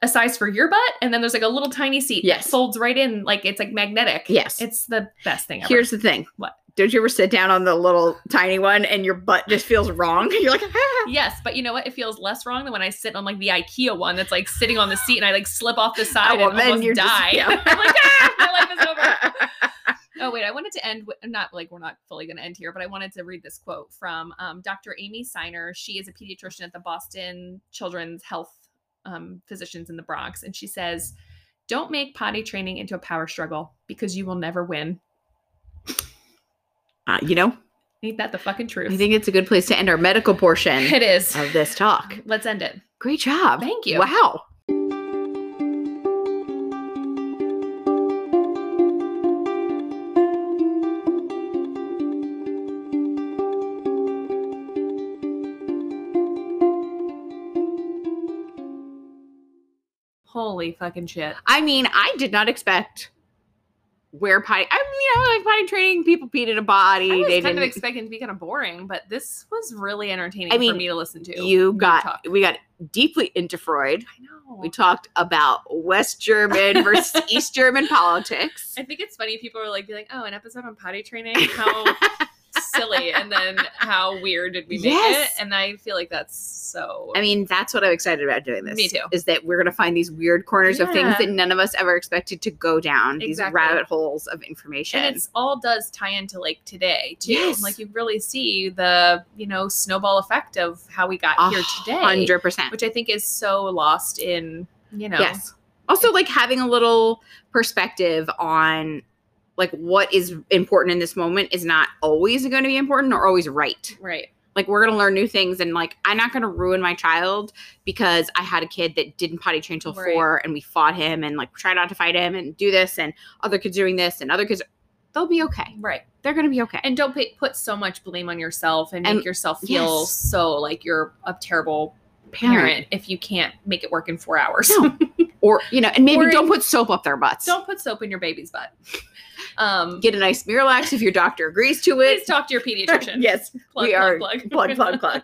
B: a size for your butt. And then there's like a little tiny seat
C: Yes.
B: that folds right in. Like it's like magnetic.
C: Yes.
B: It's the best thing ever.
C: Here's the thing.
B: What?
C: Don't you ever sit down on the little tiny one and your butt just feels wrong? [laughs] You're like, ah.
B: Yes, but you know what? It feels less wrong than when I sit on like the IKEA one that's like sitting on the seat and I like slip off the side
C: Oh, well,
B: and
C: then
B: almost
C: you're just-
B: die.
C: yeah.
B: [laughs] I'm like, ah, my life is
C: [laughs]
B: [laughs] over. Oh wait, I wanted to end. With, not like we're not fully going to end here, but I wanted to read this quote from um, Dr. Amy Siner. She is a pediatrician at the Boston Children's Health um, Physicians in the Bronx, and she says, "Don't make potty training into a power struggle because you will never win."
C: Uh, you know,
B: Ain't that the fucking truth?
C: I think it's a good place to end our medical
B: [laughs]
C: portion
B: it is.
C: of this talk.
B: Let's end it.
C: Great job.
B: Thank you.
C: Wow.
B: Holy fucking shit.
C: I mean, I did not expect where potty. I mean, I like potty training. People peed in a body.
B: I was
C: they
B: kind of
C: didn't.
B: expecting it to be kind of boring, but this was really entertaining
C: I
B: for
C: mean,
B: me to listen to.
C: you got.
B: talk.
C: We got deeply into Freud.
B: I know.
C: We talked about West
B: [laughs]
C: German versus East German politics.
B: I think it's funny. People are like, be like, "Oh, an episode on potty
C: [laughs]
B: training? How silly!" And then how weird did we make
C: Yes.
B: it? And I feel like that's so.
C: I mean, that's what I'm excited about doing this.
B: Me too.
C: Is that we're going to find these weird corners of
B: Yeah.
C: things that none of us ever expected to go down, these
B: Exactly.
C: rabbit holes of information.
B: and it's all does tie into like today too.
C: Yes.
B: Like you really see the you know snowball effect of how we got
C: A
B: here today,
C: Hundred percent.
B: which I think is so lost in you know
C: Yes. Also, like having a little perspective on like what is important in this moment is not always going to be important or always right.
B: Right.
C: Like we're going to learn new things and like I'm not going to ruin my child because I had a kid that didn't potty train till
B: Right.
C: 4 and we fought him and like tried not to fight him and do this and other kids doing this and other kids they'll be okay.
B: Right.
C: They're going to be okay.
B: And don't put put so much blame on yourself and,
C: And-
B: make yourself feel
C: yes.
B: so like you're a terrible
C: Parent.
B: parent, if you can't make it work in four hours.
C: No. Or you know, and maybe
B: Or
C: don't
B: in-
C: put soap up their
B: [laughs]
C: butts.
B: don't put soap in your baby's
C: [laughs]
B: butt. Um,
C: Get a nice Miralax if your doctor agrees to
B: please
C: it.
B: talk to your pediatrician.
C: [laughs] yes,
B: Plug,
C: we are
B: plug,
C: plug
B: [laughs]
C: plug plug.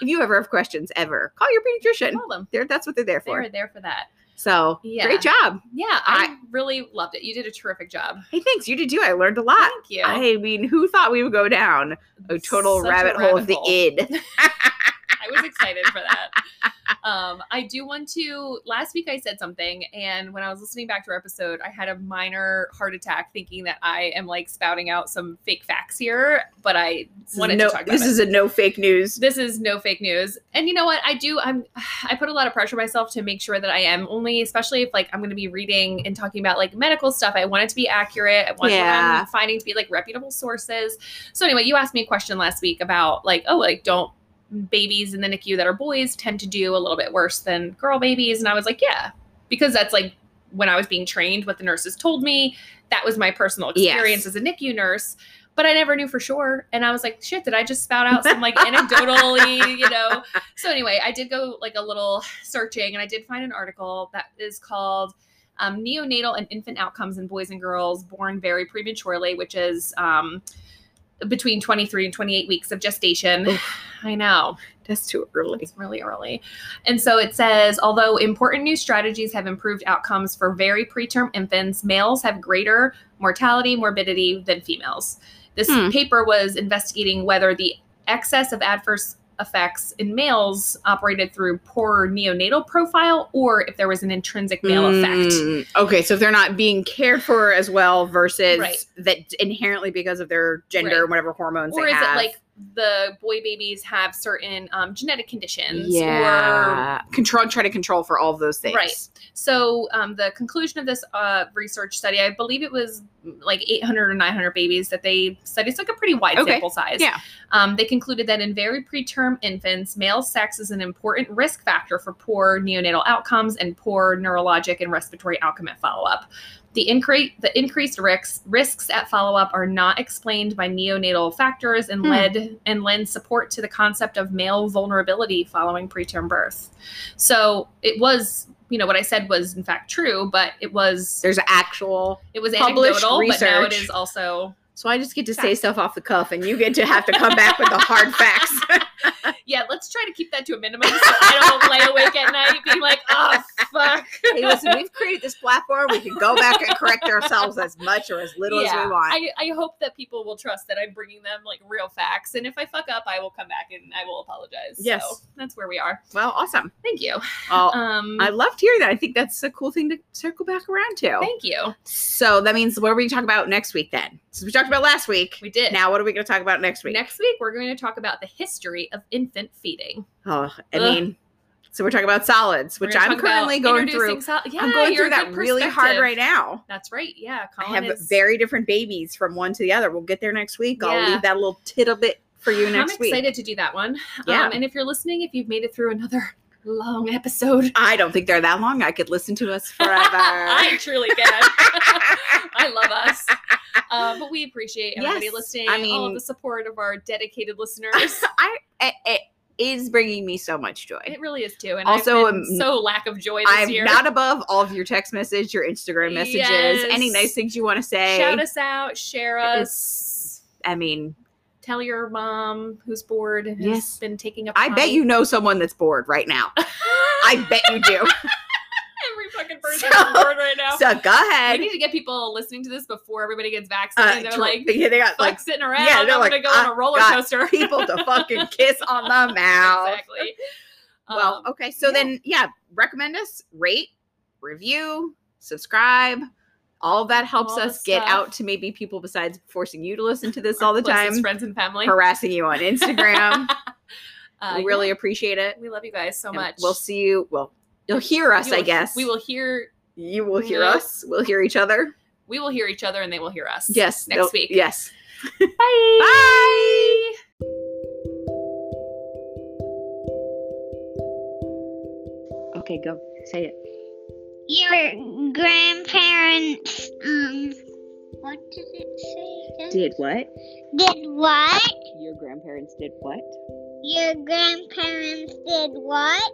C: If you ever have questions, ever call your pediatrician.
B: Call them.
C: They're, that's what they're there
B: They
C: for.
B: were there for that.
C: So
B: Yeah.
C: great job.
B: Yeah, I, really loved it. You did a terrific job.
C: Hey, thanks. You did too. I learned a lot.
B: Thank you.
C: I mean, who thought we would go down a total
B: Such a
C: rabbit, hole of the
B: hole. [laughs]
C: id?
B: I was excited for that. Um, I do want to. Last week I said something, and when I was listening back to our episode, I had a minor heart attack thinking that I am like spouting out some fake facts here, but I wanted
C: no,
B: to talk about
C: this
B: it.
C: is a no fake news.
B: this is no fake news. And you know what? I do I'm [sighs] I put a lot of pressure on myself to make sure that I am only especially if like I'm going to be reading and talking about like medical stuff. I want it to be accurate. I want what
C: Yeah.
B: I'm finding to be like reputable sources. So anyway, you asked me a question last week about like oh like don't babies in the NICU that are boys tend to do a little bit worse than girl babies and I was like, yeah, because that's like when I was being trained what the nurses told me. That was my personal
C: Yes.
B: experience as a NICU nurse but I never knew for sure. And I was like, shit, did I just spout out some like anecdotally, you know? So anyway, I did go like a little searching and I did find an article that is called um, Neonatal and Infant Outcomes in Boys and Girls Born Very Prematurely, which is um, between 23 and 28 weeks of gestation. I know.
C: That's too early.
B: It's really early. And so it says although important new strategies have improved outcomes for very preterm infants, males have greater mortality, morbidity than females. This
C: Hmm.
B: paper was investigating whether the excess of adverse effects in males operated through poor neonatal profile or if there was an intrinsic male effect.
C: Mm, Okay, so if they're not being cared for as well versus
B: Right.
C: that inherently because of their gender
B: Right.
C: and whatever hormones
B: Or
C: they
B: is
C: have.
B: it like the boy babies have certain um, genetic conditions or
C: yeah. control try to control for all of those things.
B: Right. So, um, the conclusion of this uh, research study, I believe it was mm, like 800 or 900 babies that they studied. It's like a pretty wide
C: Okay.
B: sample size.
C: Yeah.
B: Um, they concluded that in very preterm infants, male sex is an important risk factor for poor neonatal outcomes and poor neurologic and respiratory outcome at follow up. The, incre- the increased risks risks at follow up are not explained by neonatal factors and
C: Hmm.
B: led and lend support to the concept of male vulnerability following preterm birth. So it was, you know, what I said was in fact true, but it was
C: There's actual
B: it was
C: published
B: anecdotal, but now it
C: research.
B: is also
C: So I just get to say stuff off the cuff, and you get to have to come back with the hard
B: [laughs]
C: facts.
B: yeah. Let's try to keep that to a minimum so I don't lay awake at night being like, oh fuck.
C: hey, listen, we've created this platform. We can go back and correct ourselves as much or as little as
B: Yeah.
C: we want.
B: I, I hope that people will trust that I'm bringing them like real facts, and if I fuck up, I will come back and I will apologize.
C: Yes.
B: so that's where we are.
C: well, awesome.
B: Thank you.
C: Well,
B: Um,
C: Oh, I loved hearing that. I think that's a cool thing to circle back around to.
B: thank you.
C: so that means what are we going to talk about next week then? Since we talked about last week,
B: We did.
C: now what are we going to talk about next week?
B: next week we're going to talk about the history of infant feeding,
C: oh, I
B: Ugh.
C: mean, so we're talking about solids,
B: We're
C: which
B: gonna
C: I'm
B: talk about
C: currently going
B: introducing
C: through.
B: sol- yeah,
C: I'm going
B: you're
C: through
B: a
C: that
B: good
C: really hard
B: perspective.
C: right now.
B: That's right. Yeah,
C: I
B: Colin
C: have
B: is
C: very different babies from one to the other. We'll get there next week. I'll
B: Yeah.
C: leave that little tittle bit for you next
B: I'm
C: week.
B: excited to do that one.
C: Yeah.
B: Um, and if you're listening, if you've made it through another long episode,
C: I don't think they're that long. I could listen to us forever.
B: [laughs] I truly can. I love us. Uh, but we appreciate everybody
C: Yes.
B: listening.
C: I
B: all
C: mean-
B: of the support of our dedicated
C: [laughs]
B: listeners.
C: [laughs] I it, it is bringing me so much joy.
B: It really is too. And
C: Also,
B: also,
C: um,
B: so lack of joy this
C: I'm
B: year.
C: not above all of your text message, your Instagram messages, any
B: Yes.
C: nice things you want to say.
B: Shout us out, share us,
C: I mean,
B: tell your mom who's bored and
C: Yes.
B: has been taking up.
C: I
B: [laughs]
C: bet
B: time.
C: you know someone that's bored right now. I bet you
B: [laughs]
C: do.
B: every fucking person
C: So-
B: is bored right now.
C: so go
B: we
C: ahead.
B: need to get people listening to this before everybody gets
C: Uh,
B: vaccinated. they're
C: dr-
B: like,
C: [laughs] yeah, they got
B: fuck
C: like
B: sitting around.
C: yeah,
B: I'm
C: they're like,
B: gonna go on
C: "I
B: a roller
C: got
B: coaster.
C: people to
B: [laughs]
C: fucking kiss on the mouth.
B: exactly.
C: Well,
B: Um,
C: okay. So
B: yeah.
C: then, yeah, recommend us, rate, review, subscribe. All of that helps
B: All the
C: us get
B: stuff.
C: out to maybe people besides forcing you to listen to this all the
B: closest
C: time,
B: Friends and family.
C: harassing you on
B: [laughs]
C: Instagram.
B: Uh,
C: we
B: yeah,
C: really appreciate it.
B: we love you guys so
C: and
B: much.
C: We'll see you. Well, you'll hear us,
B: You will-
C: I guess.
B: We will hear
C: you will hear
B: Yeah.
C: us. We'll hear each other.
B: We will hear each other and they will hear us.
C: Yes.
B: Next
C: they'll-
B: week.
C: Yes.
B: Bye.
C: Bye.
D: Okay, go. Say it.
A: Your grandparents, um, what did it say? again?
D: Did what?
A: Did what?
D: Your grandparents did what?
A: Your grandparents did what?